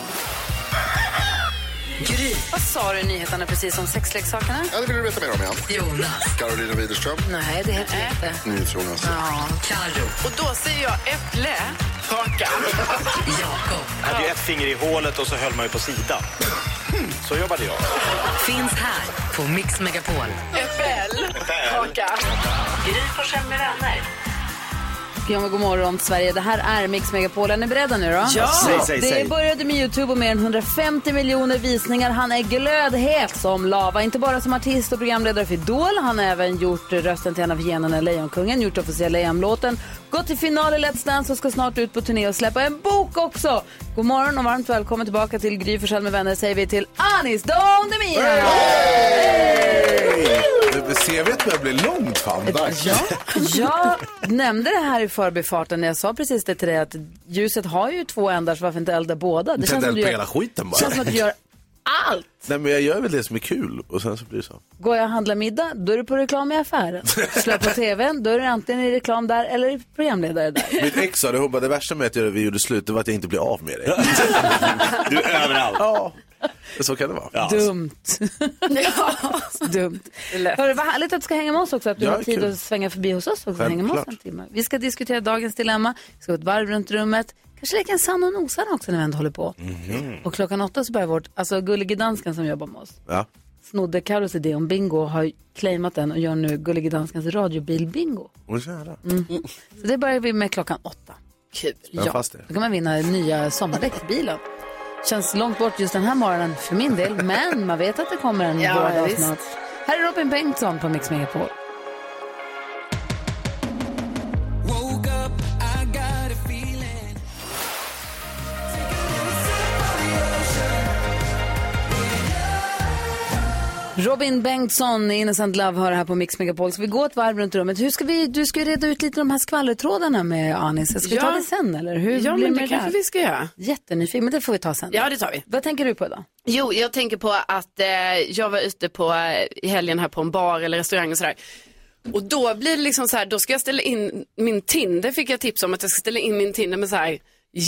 Speaker 2: Gry. Vad sa du i nyheterna precis om sexleksakerna?
Speaker 6: Ja, det vill du veta mer om, ja.
Speaker 2: Jonas.
Speaker 6: Carolina Widerström.
Speaker 2: Nej, det heter det inte.
Speaker 6: NyhetsJonas.
Speaker 2: Ja, Karo.
Speaker 4: Och då säger jag äpple, kaka.
Speaker 3: Jag hade ju ett finger i hålet och så höll man ju på sidan. Så jobbade jag.
Speaker 1: Finns här på Mix Megapol.
Speaker 4: Äppel, kaka.
Speaker 18: Gry Forssell med vänner.
Speaker 2: Ja, men god morgon Sverige. Det här är Mix Megapol. Är ni beredda nu då?
Speaker 18: Ja! Säg, säg,
Speaker 2: det
Speaker 18: säg.
Speaker 2: började med Youtube och mer än 150 miljoner visningar. Han är glödhet som lava. Inte bara som artist och programledare för Idol. Han har även gjort rösten till en av hyenorna, Lejonkungen, gjort officiella EM-låten, gått till final i Let's Dance och ska snart ut på turné och släppa en bok också. God morgon och varmt välkommen tillbaka till Gry Forssell med vänner säger vi till Anis Don Demir.
Speaker 19: CVt börjar bli långt fan. Ja.
Speaker 2: Jag nämnde det här i förbifarten när jag sa precis det till dig att ljuset har ju två ändar så varför inte elda båda?
Speaker 19: Tänd
Speaker 2: som
Speaker 19: eld
Speaker 2: du
Speaker 19: på
Speaker 2: gör-
Speaker 19: hela skiten bara.
Speaker 2: känns som att du gör allt.
Speaker 19: Nej men jag gör väl det som är kul och sen så blir det så.
Speaker 2: Går jag och handlar middag, då är du på reklam i affären. Slår jag på tvn, då är du antingen i reklam där eller i programledare där.
Speaker 19: Mitt ex sa det, hon bara, det värsta med att jag- vi gjorde slut det var att jag inte blev av med dig.
Speaker 3: du är överallt.
Speaker 19: Ja, så kan det vara.
Speaker 2: Dumt. Dumt. Hörru, vad härligt att du ska hänga med oss också, att du
Speaker 19: Ja,
Speaker 2: har tid
Speaker 19: kul.
Speaker 2: att svänga förbi hos oss också. och Hänga med oss en
Speaker 19: Självklart.
Speaker 2: timme. Vi ska diskutera dagens dilemma, vi ska gå ett varv runt rummet, kanske leka en sann och en osann också när vi ändå håller på.
Speaker 3: Mhm.
Speaker 2: Och klockan åtta så börjar vårt, alltså gullige dansken som jobbar med oss,
Speaker 19: Ja.
Speaker 2: snodde Carros idé om bingo och har claimat den och gör nu gullige danskans radiobil-bingo.
Speaker 19: Hon kära.
Speaker 2: Mm. Så det börjar vi med klockan åtta. Kul.
Speaker 19: Spänn fast er.
Speaker 2: Då kan man vinna nya sommardäck till bilen. Känns långt bort just den här morgonen för min del, men man vet att det kommer en
Speaker 4: Ja,
Speaker 2: bra dag
Speaker 4: visst.
Speaker 2: snart. Här är Robin Bengtsson på Mix Megapol.
Speaker 9: Woke up, I got a feeling.
Speaker 2: Robin Bengtsson, i Innocent Love, hör här på Mix Megapol. Ska vi gå ett varv runt rummet? Hur ska vi, du ska ju reda ut lite de här skvallertrådarna med Anis. Ska vi
Speaker 4: Ja.
Speaker 2: ta det sen eller? Hur
Speaker 4: Ja,
Speaker 2: blir
Speaker 4: men det
Speaker 2: med
Speaker 4: kanske
Speaker 2: där?
Speaker 4: vi ska göra.
Speaker 2: Jättenyfiken, men det får vi ta sen.
Speaker 4: Ja, det tar vi.
Speaker 2: Vad tänker du på idag?
Speaker 4: Jo, jag tänker på att eh, jag var ute på, eh, i helgen här på en bar eller restaurang och sådär. Och då blir det liksom så här, då ska jag ställa in min Tinder, fick jag tips om att jag ska ställa in min Tinder med så här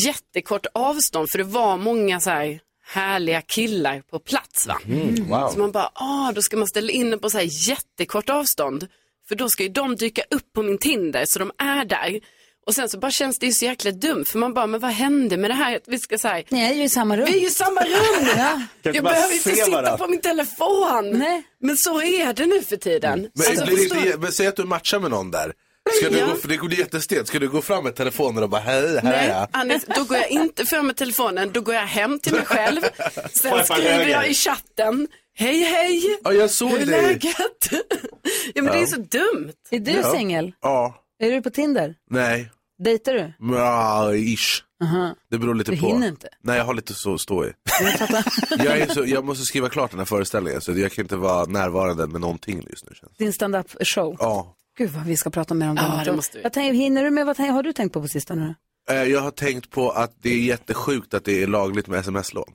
Speaker 4: jättekort avstånd för det var många så här härliga killar på plats va.
Speaker 18: Mm, wow.
Speaker 4: Så man bara, ah, då ska man ställa in den på så här jättekort avstånd. För då ska ju de dyka upp på min Tinder så de är där. Och sen så bara känns det ju så jäkla dumt för man bara, men vad hände med det här? att Vi ska så här,
Speaker 2: Ni är ju i samma rum.
Speaker 4: vi är ju i samma rum!
Speaker 2: Ja.
Speaker 4: Jag
Speaker 19: inte bara
Speaker 4: behöver inte
Speaker 19: se
Speaker 4: sitta
Speaker 19: varandra?
Speaker 4: på min telefon. Men så är det nu för tiden.
Speaker 19: Mm. Men,
Speaker 4: Alltså,
Speaker 19: blir det
Speaker 4: förstår
Speaker 19: inte, men säg att du matchar med någon där. Ska du
Speaker 4: Ja.
Speaker 19: gå, för det blir jättestelt. Ska du gå fram med telefonen och bara hej, här är
Speaker 4: Nej,
Speaker 19: jag.
Speaker 4: Anders, då går jag inte fram med telefonen, då går jag hem till mig själv. Sen
Speaker 19: Farfar
Speaker 4: skriver jag
Speaker 19: höger.
Speaker 4: i chatten, hej hej,
Speaker 19: Ja, jag såg
Speaker 4: hur är
Speaker 19: dig.
Speaker 4: läget? ja, men det är
Speaker 19: Ja.
Speaker 4: så dumt.
Speaker 2: Är du
Speaker 19: Ja.
Speaker 2: singel?
Speaker 19: Ja,
Speaker 2: Är du på Tinder?
Speaker 19: nej,
Speaker 2: Dejtar du?
Speaker 19: Mja, ish.
Speaker 2: Aha.
Speaker 19: Det beror lite
Speaker 2: Du
Speaker 19: på.
Speaker 2: hinner inte.
Speaker 19: Nej, jag har lite så att stå i. jag, är så, jag måste skriva klart den här föreställningen så jag kan inte vara närvarande med någonting just nu. Känns. det.
Speaker 2: Din stand-up-show?
Speaker 19: Ja.
Speaker 2: Gud vad vi ska prata mer om den.
Speaker 19: Ja,
Speaker 2: här
Speaker 19: det
Speaker 2: dagen.
Speaker 19: måste vi.
Speaker 2: Vad tänker, hinner du med, vad tänker, har du tänkt på på sistone?
Speaker 19: Eh, Jag har tänkt på att det är jättesjukt att det är lagligt med sms-lån.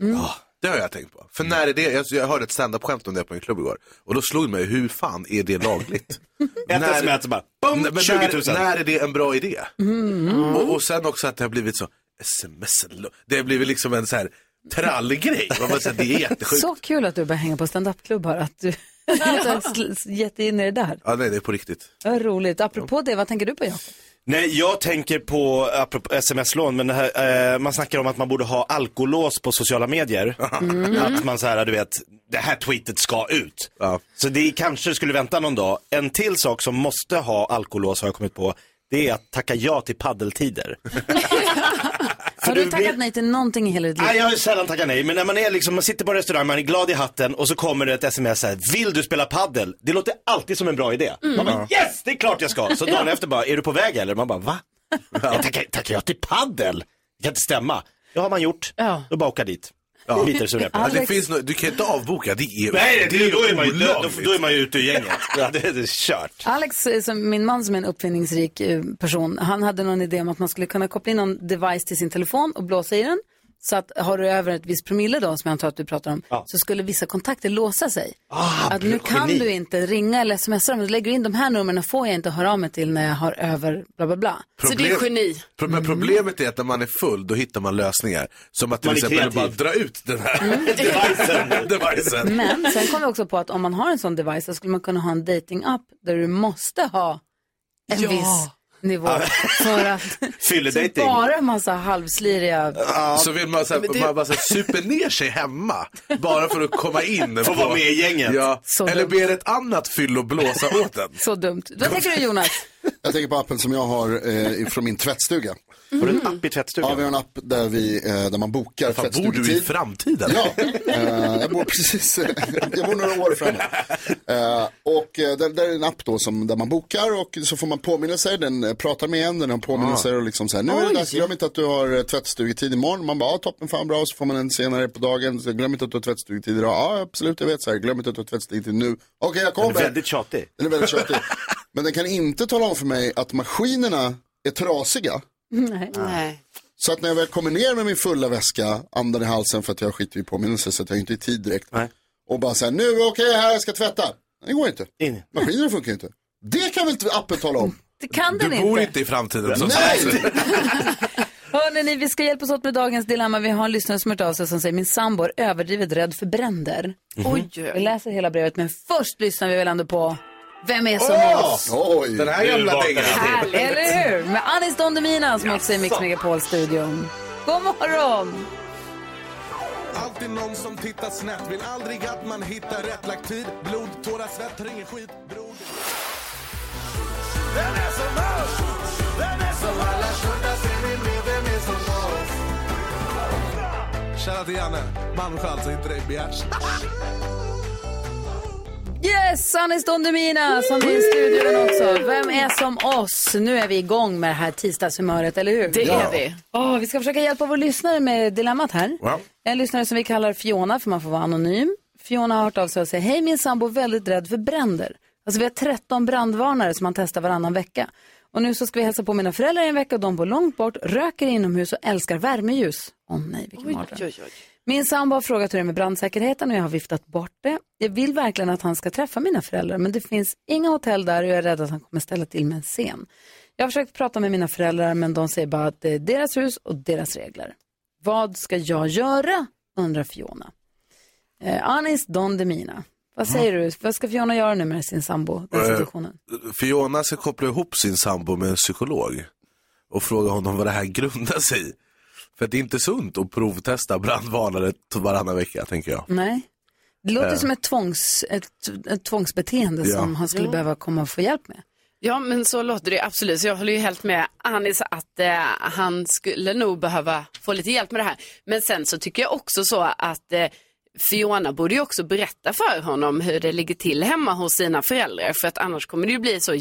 Speaker 2: Mm.
Speaker 19: Ah, Det har jag tänkt på. För när är det, jag, jag hörde ett standup-skämt om det på en klubb igår och då slog det mig hur fan är det lagligt?
Speaker 3: Ett sms och bara, boom,
Speaker 19: Nej, men
Speaker 3: 20 000.
Speaker 19: När, när är det en bra idé?
Speaker 3: Mm.
Speaker 19: Och, och sen också att det har blivit så, sms-lån, det har blivit liksom en så här trallgrej. Man bara, så här, det är jättesjukt.
Speaker 2: Så kul att du börjar hänga på stand-up-klubbar, att du att du har sl- gett in i det där.
Speaker 19: Ja, nej, det är på riktigt.
Speaker 2: Vad roligt. Apropå det, vad tänker du på Jakob?
Speaker 3: Nej, jag tänker på, apropå sms-lån, men det här, eh, man snackar om att man borde ha alkolås på sociala medier.
Speaker 10: Mm.
Speaker 3: Att man så här, du vet, det här tweetet ska ut. Så det kanske skulle vänta någon dag. En till sak som måste ha alkolås har jag kommit på, det är att tacka ja till paddeltider.
Speaker 2: Har du tackat nej till någonting i hela ditt liv?
Speaker 3: Nej, jag har ju sällan tackat nej, men när man är liksom, man sitter på en restaurang, man är glad i hatten och så kommer det ett sms så här, vill du spela paddel? Det låter alltid som en bra idé.
Speaker 10: Mm.
Speaker 3: Man bara, yes, det är klart jag ska. Så dagen efter bara, är du på väg eller? Man bara, va? Jag tackar, tackar jag till paddel? Det kan inte stämma. Det har man gjort, då bara åka dit. Ja. Biter sur äpple.
Speaker 19: Alltså, det finns no- du kan inte avboka, det är
Speaker 3: Nej, det,
Speaker 19: är
Speaker 3: då, är man ju, då,
Speaker 19: olagligt.
Speaker 3: då är man ju ute ur gänget. Ja, det, det är kört.
Speaker 2: Alex, eh, som min man som är en uppfinningsrik eh, person, han hade någon idé om att man skulle kunna koppla in någon device till sin telefon och blåsa i den. Så att har du över ett visst promille då, som jag antar att du pratar om, så skulle vissa kontakter låsa sig. att nu kan
Speaker 10: geni.
Speaker 2: du inte ringa eller smsa dem, du lägger in de här numren får jag inte höra av mig till när jag har över bla bla bla.
Speaker 19: Pro-
Speaker 2: Mm.
Speaker 19: men Problemet är att när man är full då hittar man lösningar. Som att till
Speaker 10: Man är
Speaker 19: exempel
Speaker 10: kreativ.
Speaker 19: bara dra ut den här devicen. devicen.
Speaker 2: Mm. Men sen kom vi också på att om man har en sån device så skulle man kunna ha en dating-app där du måste ha en
Speaker 3: Ja.
Speaker 2: viss nivå för att
Speaker 3: Fylledating.
Speaker 2: bara massa halvsliriga...
Speaker 19: Så vill man, så här,
Speaker 2: Men det-
Speaker 19: man bara så här, super ner sig hemma bara för att komma in.
Speaker 3: Få vara med i gänget.
Speaker 19: Ja.
Speaker 2: Så
Speaker 19: Eller ber ett annat fyllo blåsa åt den.
Speaker 2: Så dumt. Vad tänker du Jonas?
Speaker 6: Jag tänker på appen som jag har eh, från min tvättstuga. Mm.
Speaker 3: Har du en app i tvättstugan?
Speaker 6: Ja, vi har en app där, vi, eh, där man bokar
Speaker 19: Fan, bor du i framtiden?
Speaker 6: Ja, eh, jag bor precis, jag bor några år framåt. Eh, och eh, där, där är en app då som, där man bokar och så får man påminnelser, den eh, pratar med en, den har påminnelser
Speaker 3: Ah.
Speaker 6: och liksom så här, nu är det
Speaker 20: Oj.
Speaker 6: dags, glöm inte att du har eh, tvättstugetid imorgon. Man bara, ja toppen fan bra, så får man en senare på dagen, så glöm inte att du har tvättstugetid idag. Ja absolut, jag vet så här, glöm inte att du har tvättstugetid nu. Okej, jag kommer.
Speaker 3: Den är väldigt tjatig.
Speaker 6: Den är väldigt tjatig. Men den kan inte tala om för mig att maskinerna är trasiga.
Speaker 2: Nej.
Speaker 6: Så att när jag väl kommer ner med min fulla väska, andan i halsen för att jag skiter i påminnelser så att jag inte är i tid direkt. Och bara så här, nu okej här, jag ska tvätta. Det går inte. Maskinerna funkar inte. Det kan väl inte appen tala om?
Speaker 2: Det kan den
Speaker 19: Du
Speaker 2: inte.
Speaker 19: bor inte i framtiden. som
Speaker 6: Nej!
Speaker 19: sagt.
Speaker 2: Hörrni, ni, vi ska hjälpas åt med dagens dilemma. Vi har en lyssnare som hört av sig som säger min sambo är överdrivet rädd för bränder.
Speaker 19: Mhm. Oj.
Speaker 2: Vi läser hela brevet, men först lyssnar vi väl ändå på Vem är som
Speaker 19: Åh!
Speaker 2: oss?
Speaker 19: Oj. Den här jävla Nu vaknar dängan. vi till.
Speaker 2: Härligt. Eller hur? Med Anis Don Demina som också är i Mix
Speaker 19: Jaså.
Speaker 2: Megapol-studion. God morgon!
Speaker 19: Alltid någon som tittar snett Vill aldrig att man hittar rätt Lagt tid, blod, tårar, svett Har ingen skit, bror
Speaker 10: Den är som oss Den är som alla tjottar Ser ni nu vem är som oss
Speaker 19: Kära till Janne, Malmsjö alltså, inte dig begärs
Speaker 2: Yes, Anis Don Demina som är i studion också. Vem är som oss? Nu är vi igång med det här tisdagshumöret, eller hur?
Speaker 8: Det är Ja. vi.
Speaker 2: Åh, vi ska försöka hjälpa vår lyssnare med dilemmat här.
Speaker 8: Ja.
Speaker 2: En lyssnare som vi kallar Fiona, för man får vara anonym. Fiona har hört av sig och säger, hej min sambo är väldigt rädd för bränder. Alltså vi har 13 brandvarnare som man testar varannan vecka. Och nu så ska vi hälsa på mina föräldrar i en vecka och de bor långt bort, röker inomhus och älskar värmeljus. Åh nej, vilken mardröm. Min sambo har frågat hur det är med brandsäkerheten och jag har viftat bort det. Jag vill verkligen att han ska träffa mina föräldrar men det finns inga hotell där och jag är rädd att han kommer ställa till med en scen. Jag har försökt prata med mina föräldrar men de säger bara att det är deras hus och deras regler. Vad ska jag göra? undrar Fiona. Eh, Anis Don Demina. Vad säger du? Vad ska Fiona göra nu med sin sambo?
Speaker 19: Eh.
Speaker 2: Den situationen?
Speaker 19: Fiona ska koppla ihop sin sambo med en psykolog och fråga honom vad det här grundar sig i. För det är inte sunt att provtesta brandvarnare t- varannan vecka, tänker jag.
Speaker 2: Nej. Det låter
Speaker 19: Eh.
Speaker 2: som ett, tvångs, ett, ett tvångsbeteende
Speaker 19: Ja.
Speaker 2: som han skulle
Speaker 19: Ja.
Speaker 2: behöva komma och få hjälp med.
Speaker 8: Ja, men så låter det absolut. Så jag håller ju helt med Anis att eh, han skulle nog behöva få lite hjälp med det här. Men sen så tycker jag också så att eh, Fiona borde ju också berätta för honom hur det ligger till hemma hos sina föräldrar. För att annars kommer det ju bli så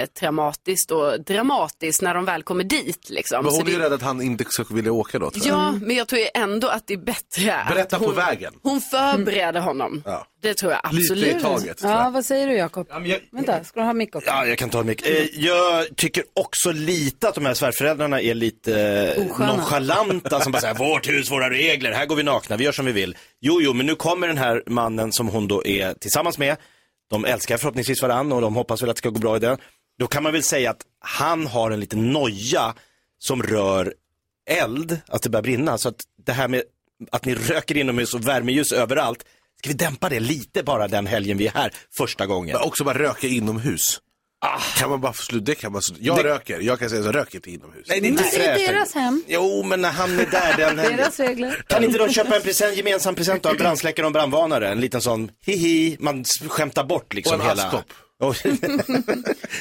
Speaker 8: jättetraumatiskt och dramatiskt när de väl kommer dit. Liksom.
Speaker 19: Men
Speaker 8: Så
Speaker 19: hon är
Speaker 8: det...
Speaker 19: ju rädd att han inte ska vilja åka då, tror jag.
Speaker 2: Mm.
Speaker 8: Ja, men jag tror ju ändå att det är bättre.
Speaker 19: Berätta
Speaker 8: att
Speaker 19: på
Speaker 8: hon...
Speaker 19: vägen.
Speaker 8: Hon förbereder honom.
Speaker 19: Ja.
Speaker 8: Det tror jag
Speaker 19: Lite i
Speaker 8: absolut.
Speaker 19: taget,
Speaker 2: Ja, vad säger du Jakob?
Speaker 3: jag...
Speaker 2: Vänta, ska du ha mick också?
Speaker 3: Ja, jag kan ta en mick. Eh, jag tycker också lite att de här svärföräldrarna är lite eh,
Speaker 2: Osköna.
Speaker 3: nonchalanta som bara säger vårt hus, våra regler, här går vi nakna, vi gör som vi vill. Jo, jo, men nu kommer den här mannen som hon då är tillsammans med. De älskar förhoppningsvis varandra och de hoppas väl att det ska gå bra i den. Då kan man väl säga att han har en liten noja som rör eld, att det börjar brinna. Så att det här med att ni röker inomhus och värmeljus överallt, ska vi dämpa det lite bara den helgen vi är här första gången? Ah.
Speaker 19: Också bara röka inomhus. Kan man bara få slut? Det kan man. Jag röker. Jag kan säga så, rök inte inomhus.
Speaker 3: Nej, det är inte
Speaker 2: Det är
Speaker 3: fräscht.
Speaker 2: deras hem.
Speaker 3: Jo, men när han är där, den händer.
Speaker 2: Deras regler.
Speaker 3: Kan inte de köpa en present, gemensam present av en brandsläckare och en brandvarnare? En liten sån, hihi, man s- skämtar bort liksom
Speaker 19: Och en
Speaker 3: hela.
Speaker 19: askkopp.
Speaker 3: Och-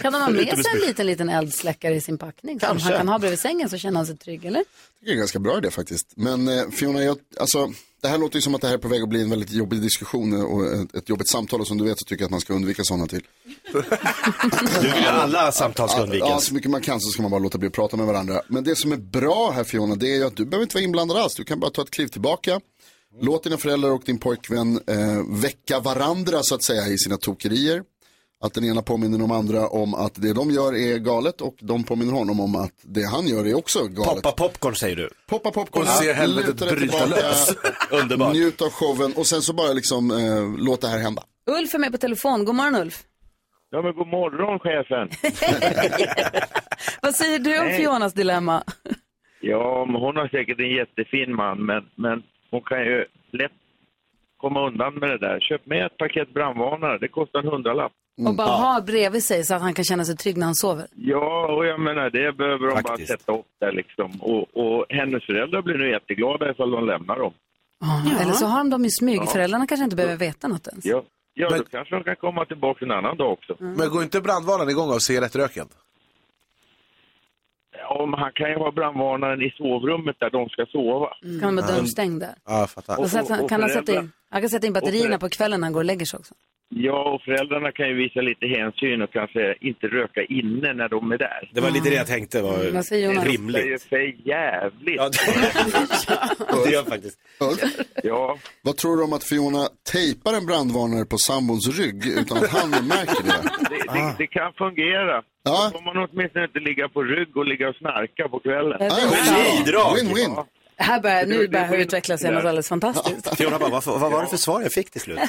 Speaker 2: Kan de ha med sig en
Speaker 3: Utomhusbus.
Speaker 2: liten, liten eldsläckare i sin packning? Som
Speaker 6: Kanske.
Speaker 2: han kan ha bredvid sängen så känner han sig trygg, eller?
Speaker 6: Det är en ganska bra idé faktiskt. Men eh, Fiona, jag, alltså, det här låter ju som att det här är på väg att bli en väldigt jobbig diskussion och ett, ett jobbigt samtal. Och som du vet så tycker jag att man ska undvika sådana till.
Speaker 3: Du vill alla samtal ska
Speaker 6: Ja, ja,
Speaker 3: undvikas.
Speaker 6: så mycket man kan så ska man bara låta bli att prata med varandra. Men det som är bra här Fiona, det är ju att du behöver inte vara inblandad alls. Du kan bara ta ett kliv tillbaka. Låt dina föräldrar och din pojkvän eh, väcka varandra så att säga i sina tokerier. Att den ena påminner de andra om att det de gör är galet och de påminner honom om att det han gör är också galet.
Speaker 3: Poppa popcorn säger du.
Speaker 6: Poppa popcorn.
Speaker 3: Och se
Speaker 6: Ja,
Speaker 3: helvetet
Speaker 6: luta dig
Speaker 3: bryta
Speaker 6: tillbaka.
Speaker 3: lös. Underbart.
Speaker 6: Njut av showen och sen så bara liksom eh, låt det här hända.
Speaker 2: Ulf är med på telefon. God morgon Ulf.
Speaker 20: Ja, men god morgon chefen.
Speaker 2: Vad säger du om
Speaker 20: Hej.
Speaker 2: Fionas dilemma?
Speaker 20: Ja, men hon har säkert en jättefin man, men, men hon kan ju lätt komma undan med det där. Köp med ett paket brandvarnare, det kostar en hundralapp.
Speaker 2: Och bara ha bredvid sig så att han kan känna sig trygg när han sover.
Speaker 20: Ja, och jag menar det behöver de bara sätta upp där liksom. Och, och hennes föräldrar blir nu jätteglada ifall de lämnar dem.
Speaker 2: Eller så har de dem i smyg.
Speaker 20: Ja.
Speaker 2: Föräldrarna kanske inte behöver veta något ens.
Speaker 20: Ja, ja då kanske de kan komma tillbaka en annan dag också.
Speaker 2: Mm.
Speaker 19: Men går inte brandvarnaren igång av cigarettröken?
Speaker 20: Om han kan ju ha brandvarnaren i sovrummet där de ska sova.
Speaker 3: Mm.
Speaker 2: Mm. Kan man med dörren stängd där.
Speaker 19: Ja, jag fattar.
Speaker 2: Då sätter han- kan han, sätta in, han kan sätta in batterierna på kvällen när han går och lägger sig också.
Speaker 20: Ja, och föräldrarna kan ju visa lite hänsyn och kanske inte röka inne när de är där.
Speaker 3: Det var lite det jag tänkte var
Speaker 2: Mm, vad säger Jonas?
Speaker 3: rimligt.
Speaker 20: Det är ju för jävligt. Ja,
Speaker 3: det gör faktiskt.
Speaker 20: Ja.
Speaker 6: Vad tror du om att Fiona tejpar en brandvarnare på sambons rygg utan att han märker det?
Speaker 20: Det,
Speaker 3: Ah.
Speaker 20: det, det kan fungera.
Speaker 6: Ja.
Speaker 20: Då får man åtminstone inte ligga på rygg och ligga och snarka på kvällen.
Speaker 2: Ja, det är sant. Genidrag.
Speaker 6: Win-win.
Speaker 2: Här börjar, nu
Speaker 20: Det- det
Speaker 2: börjar det
Speaker 20: skiner
Speaker 2: utveckla sig
Speaker 20: där.
Speaker 2: något alldeles fantastiskt.
Speaker 3: Fiona bara, vad, vad var det för svar jag fick till slut?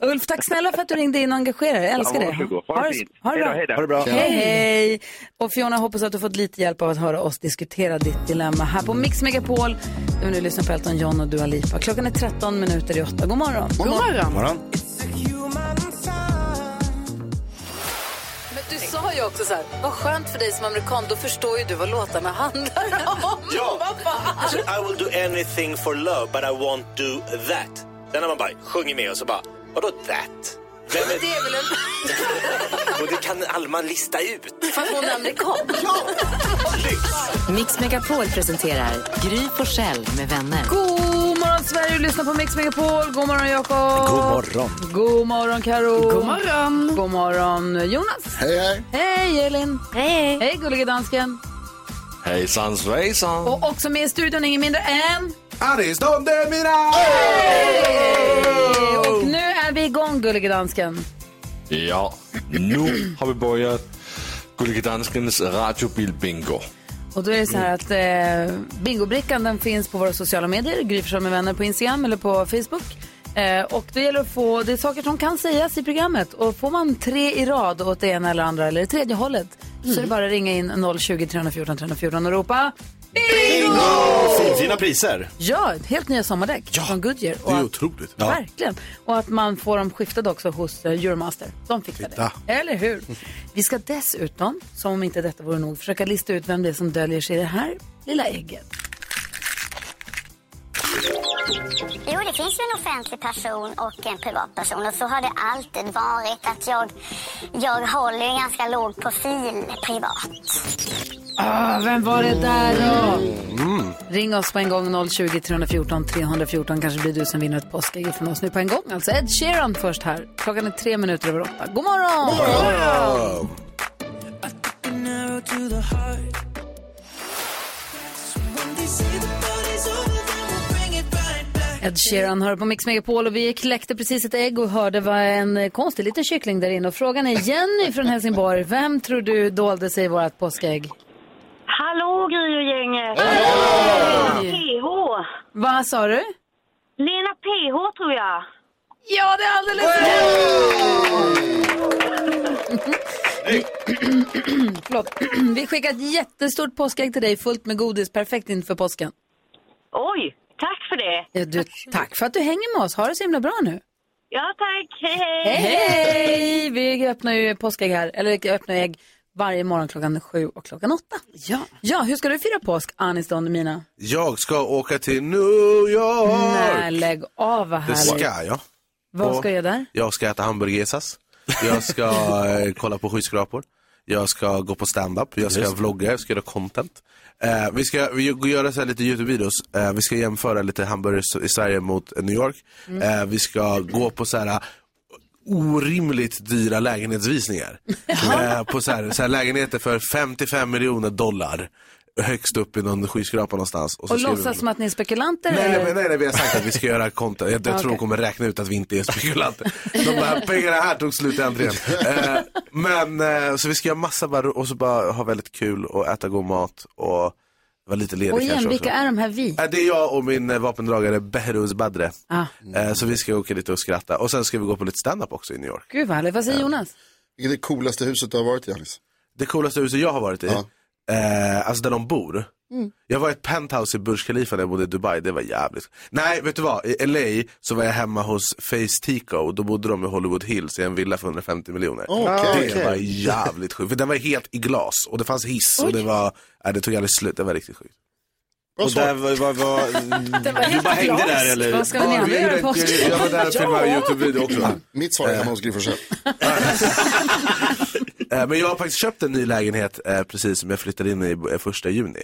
Speaker 2: Ulf, tack snälla för att du ringde in och engagerade dig. Jag älskar
Speaker 3: Ja,
Speaker 2: dig.
Speaker 3: varsågod. Ha det
Speaker 2: det
Speaker 3: fint.
Speaker 2: ha det bra.
Speaker 3: Hej då, hej då. Ha det bra.
Speaker 2: Hej, hej. Och Fiona, hoppas att du fått lite hjälp av att höra oss diskutera ditt dilemma här på Mix Megapol. Där vi nu lyssnar på Elton John och Dua Lipa. Klockan är 13 minuter i 8. God morgon.
Speaker 4: God morgon.
Speaker 2: Men du sa ju också så här, vad skönt för dig som amerikan, då förstår ju du vad låtarna handlar om.
Speaker 21: Ja.
Speaker 2: Alltså,
Speaker 21: I will do anything for love but I won't do that. Sen när man bara sjunger med och så bara, vadå that? Vem är...
Speaker 2: Det är väl en...
Speaker 21: Och det kan Alma lista ut.
Speaker 2: För att hon är amerikan.
Speaker 1: Mix Megapol presenterar Gry på med vänner.
Speaker 2: God morgon Sverige, du lyssnar på Mix Megapol. God morgon Jakob.
Speaker 1: God morgon.
Speaker 2: God morgon Karo.
Speaker 1: God
Speaker 2: morgon. God morgon Jonas.
Speaker 6: Hej, hej.
Speaker 2: Hej Elin. Hej. Hej gullige dansken.
Speaker 22: Hejsan svejsan.
Speaker 2: Och också med i studion ingen mindre än...
Speaker 19: Aris Don Demina!
Speaker 2: Hej! Och nu är vi igång gullige dansken.
Speaker 22: Ja, nu har vi börjat Gullige Danskens radiobil-bingo.
Speaker 2: Och då är det så här att eh, bingobrickan den finns på våra sociala medier, Gry Forssell med vänner på Instagram eller på Facebook. Eh, och det gäller att få, det är saker som kan sägas i programmet och får man tre i rad åt det ena eller andra eller det tredje hållet så är
Speaker 3: Mm.
Speaker 2: det bara att ringa in 020 314 314 och ropa
Speaker 3: Fin- Fina priser.
Speaker 2: ja, ett helt nya sommardäck från Goodyear.
Speaker 3: Det
Speaker 2: Och
Speaker 3: är
Speaker 2: att,
Speaker 19: otroligt.
Speaker 2: Verkligen. Och att man får dem skiftade också hos eh, Euromaster. De fixar
Speaker 19: Titta.
Speaker 2: det. Eller hur? Vi ska dessutom, som om inte detta vore nog, försöka lista ut vem det är som döljer sig i det här lilla ägget.
Speaker 13: Jo, det finns ju en offentlig person och en privatperson och så har det alltid varit att jag, jag håller en ganska låg profil privat.
Speaker 2: Ah, vem var det där då? Ring oss på en gång 020 314 314 kanske blir du som vinner ett påskägg från oss nu på en gång. Alltså Ed Sheeran först här. Klockan är tre minuter över åtta. God morgon! God
Speaker 19: morgon!
Speaker 2: Ed Sheeran hör på Mix Megapol och vi kläckte precis ett ägg och hörde vad en eh, konstig liten kyckling där inne. Och frågan är Jenny från Helsingborg. Vem tror du dolde sig i vårt påskägg?
Speaker 18: Hallå Gry och gänget!
Speaker 2: Hej!
Speaker 18: PH!
Speaker 2: Vad sa du?
Speaker 18: Lena PH tror jag.
Speaker 2: Ja, det är alldeles Förlåt. Vi skickar ett jättestort påskägg till dig fullt med godis, perfekt inför påsken.
Speaker 18: Oj, tack för det.
Speaker 2: Ja, du, tack för att du hänger med oss. Ha det så himla bra nu.
Speaker 18: Ja, tack. Hej, hej.
Speaker 2: Hej! Hej! Vi öppnar ju påskägg här, eller vi öppnar ägg varje morgon klockan sju och klockan åtta. Ja. Ja, hur ska du fira påsk, Anis Don Demina?
Speaker 19: Jag ska åka till New York!
Speaker 2: Nej, lägg av vad
Speaker 19: Det
Speaker 2: härligt.
Speaker 19: ska jag.
Speaker 2: Vad
Speaker 19: Och
Speaker 2: ska du göra där?
Speaker 19: Jag ska äta hamburgesas. Jag ska eh, kolla på skyskrapor. Jag ska gå på stand-up. Jag ska
Speaker 23: Just det.
Speaker 19: vlogga. Jag ska göra content. Eh, vi ska vi g- göra så här lite Youtube-videos. Eh, vi ska jämföra lite hamburgers i Sverige mot eh, New York.
Speaker 23: Mm.
Speaker 19: Eh, vi ska gå på så här eh, orimligt dyra lägenhetsvisningar. eh, på så här, så här lägenheter för 55 miljoner dollar. Högst upp i någon skyskrapa någonstans.
Speaker 2: Och,
Speaker 19: så ska vi-
Speaker 2: låtsas som att ni är spekulanter?
Speaker 19: Nej,
Speaker 2: eller?
Speaker 19: nej, men nej, nej, vi har sagt att vi ska göra content. Jag, jag
Speaker 2: Ja,
Speaker 19: tror
Speaker 2: okej.
Speaker 19: de kommer räkna ut att vi inte är spekulanter. De bara, pengarna här tog slut i entrén. Eh, men, eh, så vi ska göra massa bara, och så bara ha väldigt kul och äta god mat och vara lite ledig
Speaker 2: och igen,
Speaker 19: kanske
Speaker 2: vilka
Speaker 19: också.
Speaker 2: är de här vi?
Speaker 19: Eh, Det är jag och min eh, vapendragare Behrouz Badre.
Speaker 2: Ah,
Speaker 19: Eh, Så vi ska åka dit och skratta. Och sen ska vi gå på lite stand-up också i New York.
Speaker 2: gud vad härligt. Vad säger Jonas?
Speaker 19: Vilket är det coolaste huset du har varit i, Alice? Det coolaste huset jag har varit i? Eh, alltså där de bor.
Speaker 2: Mm.
Speaker 19: Jag var i ett penthouse i Burj Khalifa när jag bodde i Dubai, det var jävligt Nej, vet du vad? I LA så var jag hemma hos Face Tico och då bodde de i Hollywood Hills i en villa för 150 miljoner.
Speaker 23: Okej.
Speaker 19: Det var jävligt sjukt, för den var helt i glas och det fanns hiss och det var, nej, det tog aldrig slut, det var riktigt sjukt.
Speaker 3: Och där var, var, var, du bara hängde där eller?
Speaker 2: Vad ska ni andra göra på påsk?
Speaker 19: Jag var där och filmade en Youtube-video också.
Speaker 6: Mitt svar är hemma hos Gry Forssell.
Speaker 19: Eh, Men jag har faktiskt köpt en ny lägenhet eh, precis som jag flyttade in i eh, första juni.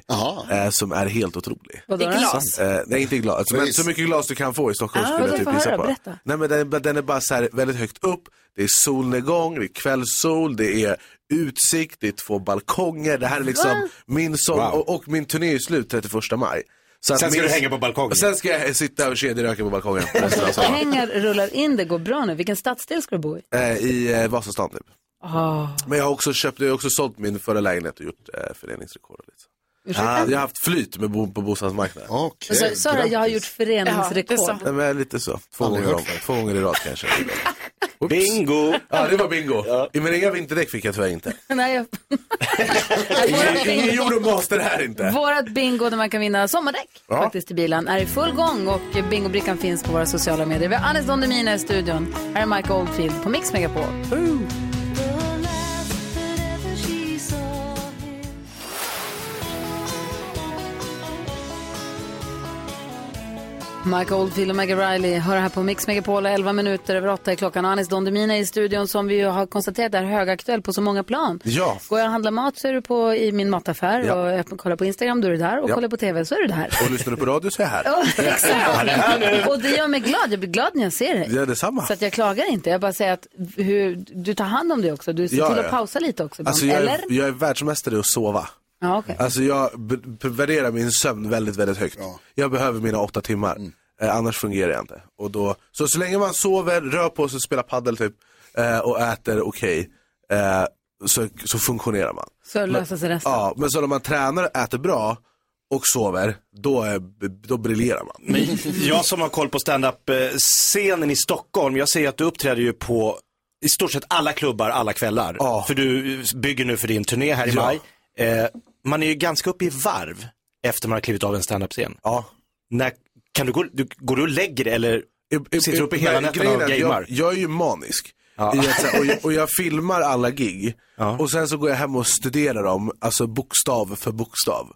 Speaker 19: Eh, Som är helt otrolig.
Speaker 23: Vadå I då? glas?
Speaker 19: Så, eh, nej, inte i glas. Men
Speaker 23: Men i-
Speaker 19: så mycket glas du kan få i Stockholm
Speaker 23: Ah,
Speaker 19: skulle jag
Speaker 23: vadå?
Speaker 19: typ
Speaker 23: Få
Speaker 19: gissa
Speaker 23: höra,
Speaker 19: på.
Speaker 23: berätta.
Speaker 19: Nej, men den, den är bara så här väldigt högt upp, det är solnedgång, det är kvällssol, det är utsikt, det är två balkonger. Det här är liksom
Speaker 23: Va?
Speaker 19: min sång
Speaker 23: Wow.
Speaker 19: och, och min turné är slut 31 maj. Så
Speaker 3: Sen ska du hänga på
Speaker 19: balkongen? Sen ska jag sitta och kedjeröka på balkongen resten av sommaren.
Speaker 2: Pengar rullar in, det går bra nu. Vilken stadsdel ska du bo i?
Speaker 19: Eh, I eh, Vasastan typ.
Speaker 2: Ah.
Speaker 19: Men jag har också köpt, jag har också sålt min förra lägenhet och gjort eh, föreningsrekord. och Lite. så.
Speaker 2: Ursäkta?
Speaker 19: Ah, jag har haft flyt med bo, på bostadsmarknaden.
Speaker 2: Vad sa du? Sara, jag har gjort föreningsrekord.
Speaker 19: Nej, men lite så. Två gånger, om, två gånger i rad kanske.
Speaker 3: bingo!
Speaker 19: Ja, det var bingo. I Men inga vinterdäck fick jag tyvärr inte.
Speaker 2: Nej, jag...
Speaker 19: Ingen- Ingen Euromaster här inte.
Speaker 2: Vårat bingo där man kan vinna sommardäck
Speaker 19: Ja.
Speaker 2: faktiskt till bilen är i full gång och bingobrickan finns på våra sociala medier. Vi har Anis Don Demina i studion. Här är Mike Oldfield på Mix Megapol. Woo! Mike Oldfield och Maggie Riley hör här på Mix Megapol 11 minuter över 8 är klockan. Anis Don Demina är i studion som vi ju har konstaterat är högaktuell på så många plan.
Speaker 19: Ja.
Speaker 2: Går jag och handlar mat så är du på i min mataffär
Speaker 19: Ja.
Speaker 2: och öppnar- kollar på Instagram då är du där och
Speaker 19: Ja.
Speaker 2: kollar på TV så är du där.
Speaker 19: Och lyssnar du på radio så är jag här.
Speaker 2: Ja,
Speaker 19: Han är här nu.
Speaker 2: och det gör mig glad, jag blir glad när jag ser dig.
Speaker 19: Ja, detsamma.
Speaker 2: Så att jag klagar inte, jag bara säger att hur, du tar hand om det också. Du ser
Speaker 19: Ja,
Speaker 2: till att
Speaker 19: ja.
Speaker 2: pausa lite också ibland,
Speaker 19: Alltså, jag,
Speaker 2: eller?
Speaker 19: är, jag är världsmästare i att sova.
Speaker 2: Ja, okej.
Speaker 19: Alltså jag b- b- värderar min sömn väldigt, väldigt högt. Jag behöver mina åtta timmar. Eh, annars fungerar jag inte. Och då, så så länge man sover, rör på sig, spelar paddel typ eh, och äter okej. eh, så, så funktionerar man.
Speaker 2: Så löser sig resten.
Speaker 19: Ja, men så när man tränar, äter bra och sover, då, är, då briljerar man.
Speaker 3: Men jag som har koll på standup-scenen i Stockholm, jag ser att du uppträder ju på i stort sett alla klubbar alla kvällar. För du bygger nu för din turné här i
Speaker 23: Ja.
Speaker 3: maj. Eh, man är ju ganska uppe i varv efter man har klivit av en standup-scen.
Speaker 19: Ja.
Speaker 3: När, kan du gå, du, går du och lägger dig eller sitter du uppe hela
Speaker 19: Nej,
Speaker 3: nätterna
Speaker 19: grejen
Speaker 3: och
Speaker 19: är att
Speaker 3: gamear?
Speaker 19: Jag, jag är ju manisk.
Speaker 3: Ja.
Speaker 19: I att, så här, och, jag, och jag filmar alla gig och sen så går jag hem och studerar dem, alltså bokstav för bokstav.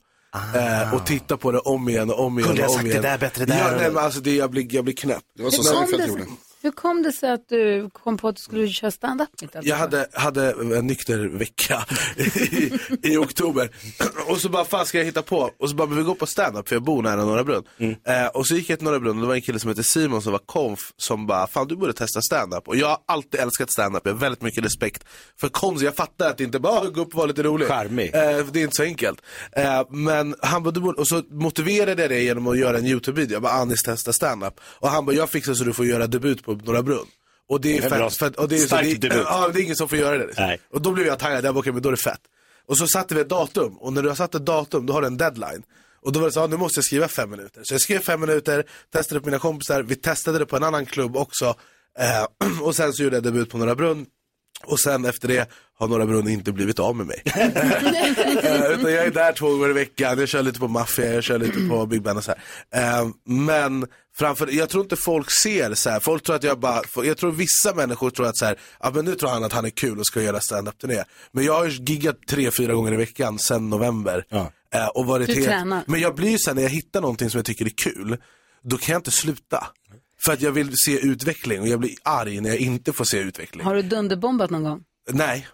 Speaker 19: Eh, och tittar på det om igen och om igen
Speaker 3: Ah. Kunde jag
Speaker 19: och om
Speaker 3: sagt det
Speaker 19: igen.
Speaker 3: där bättre där?
Speaker 19: Ja, nej, men alltså det, jag, blir, jag blir knäpp. Det
Speaker 2: var så Hur kom Seinfeld det- gjorde. Hur kom det sig att du kom på att du skulle köra stand-up mitt allt?
Speaker 19: Jag hade, hade en nykter vecka i, i oktober. Och så bara, fan ska jag hitta på? Och så bara, men vi går på standup för jag bor nära Norra Brunn. Eh, och så gick jag till Norra Brunn och det var en kille som hette Simon som var konf som bara, fan du borde testa standup. Och jag har alltid älskat standup, jag har väldigt mycket respekt för konst. Jag fattar att det inte bara, "Ah, gå upp och vara lite rolig. Charmig. Eh, det är inte så enkelt. Eh, men han bara, du borde, och så motiverade jag det genom att göra en YouTube-video. Jag bara, Anis testa standup. Och han bara, jag fixar så du får göra debut på Norra Brunn. Och det är,
Speaker 23: Det är bra.
Speaker 19: fett, fett, och det är så,
Speaker 23: Stark
Speaker 19: det,
Speaker 23: debut.
Speaker 19: Ja, det är ingen som får göra det. liksom. Och då blev jag taggad, jag bara, okej, men då är det fett. Och så satte vi ett datum, och när du har satt ett datum, då har du en deadline. Och då var det så, ah, nu måste jag skriva fem minuter. Så jag skrev fem minuter, testade på mina kompisar, vi testade det på en annan klubb också. Eh, och sen så gjorde jag debut på Norra Brunn. Och sen efter det har Norra Brunn inte blivit av med mig. Eh, Utan jag är där två gånger i veckan, jag kör lite på maffia, jag kör lite på Big Band och så här. Eh, Men framför, jag tror inte folk ser så här, folk tror att jag bara, jag tror vissa människor tror att så här, ja men nu tror han att han är kul och ska göra stand-up turné Men jag har ju giggat tre, fyra gånger i veckan sedan november. Eh, Och varit
Speaker 2: Du
Speaker 19: helt,
Speaker 2: tränar.
Speaker 19: Men jag blir ju så här, när jag hittar någonting som jag tycker är kul, då kan jag inte sluta. För att jag vill se utveckling och jag blir arg när jag inte får se utveckling.
Speaker 2: Har du dunderbombat någon gång?
Speaker 19: Nej,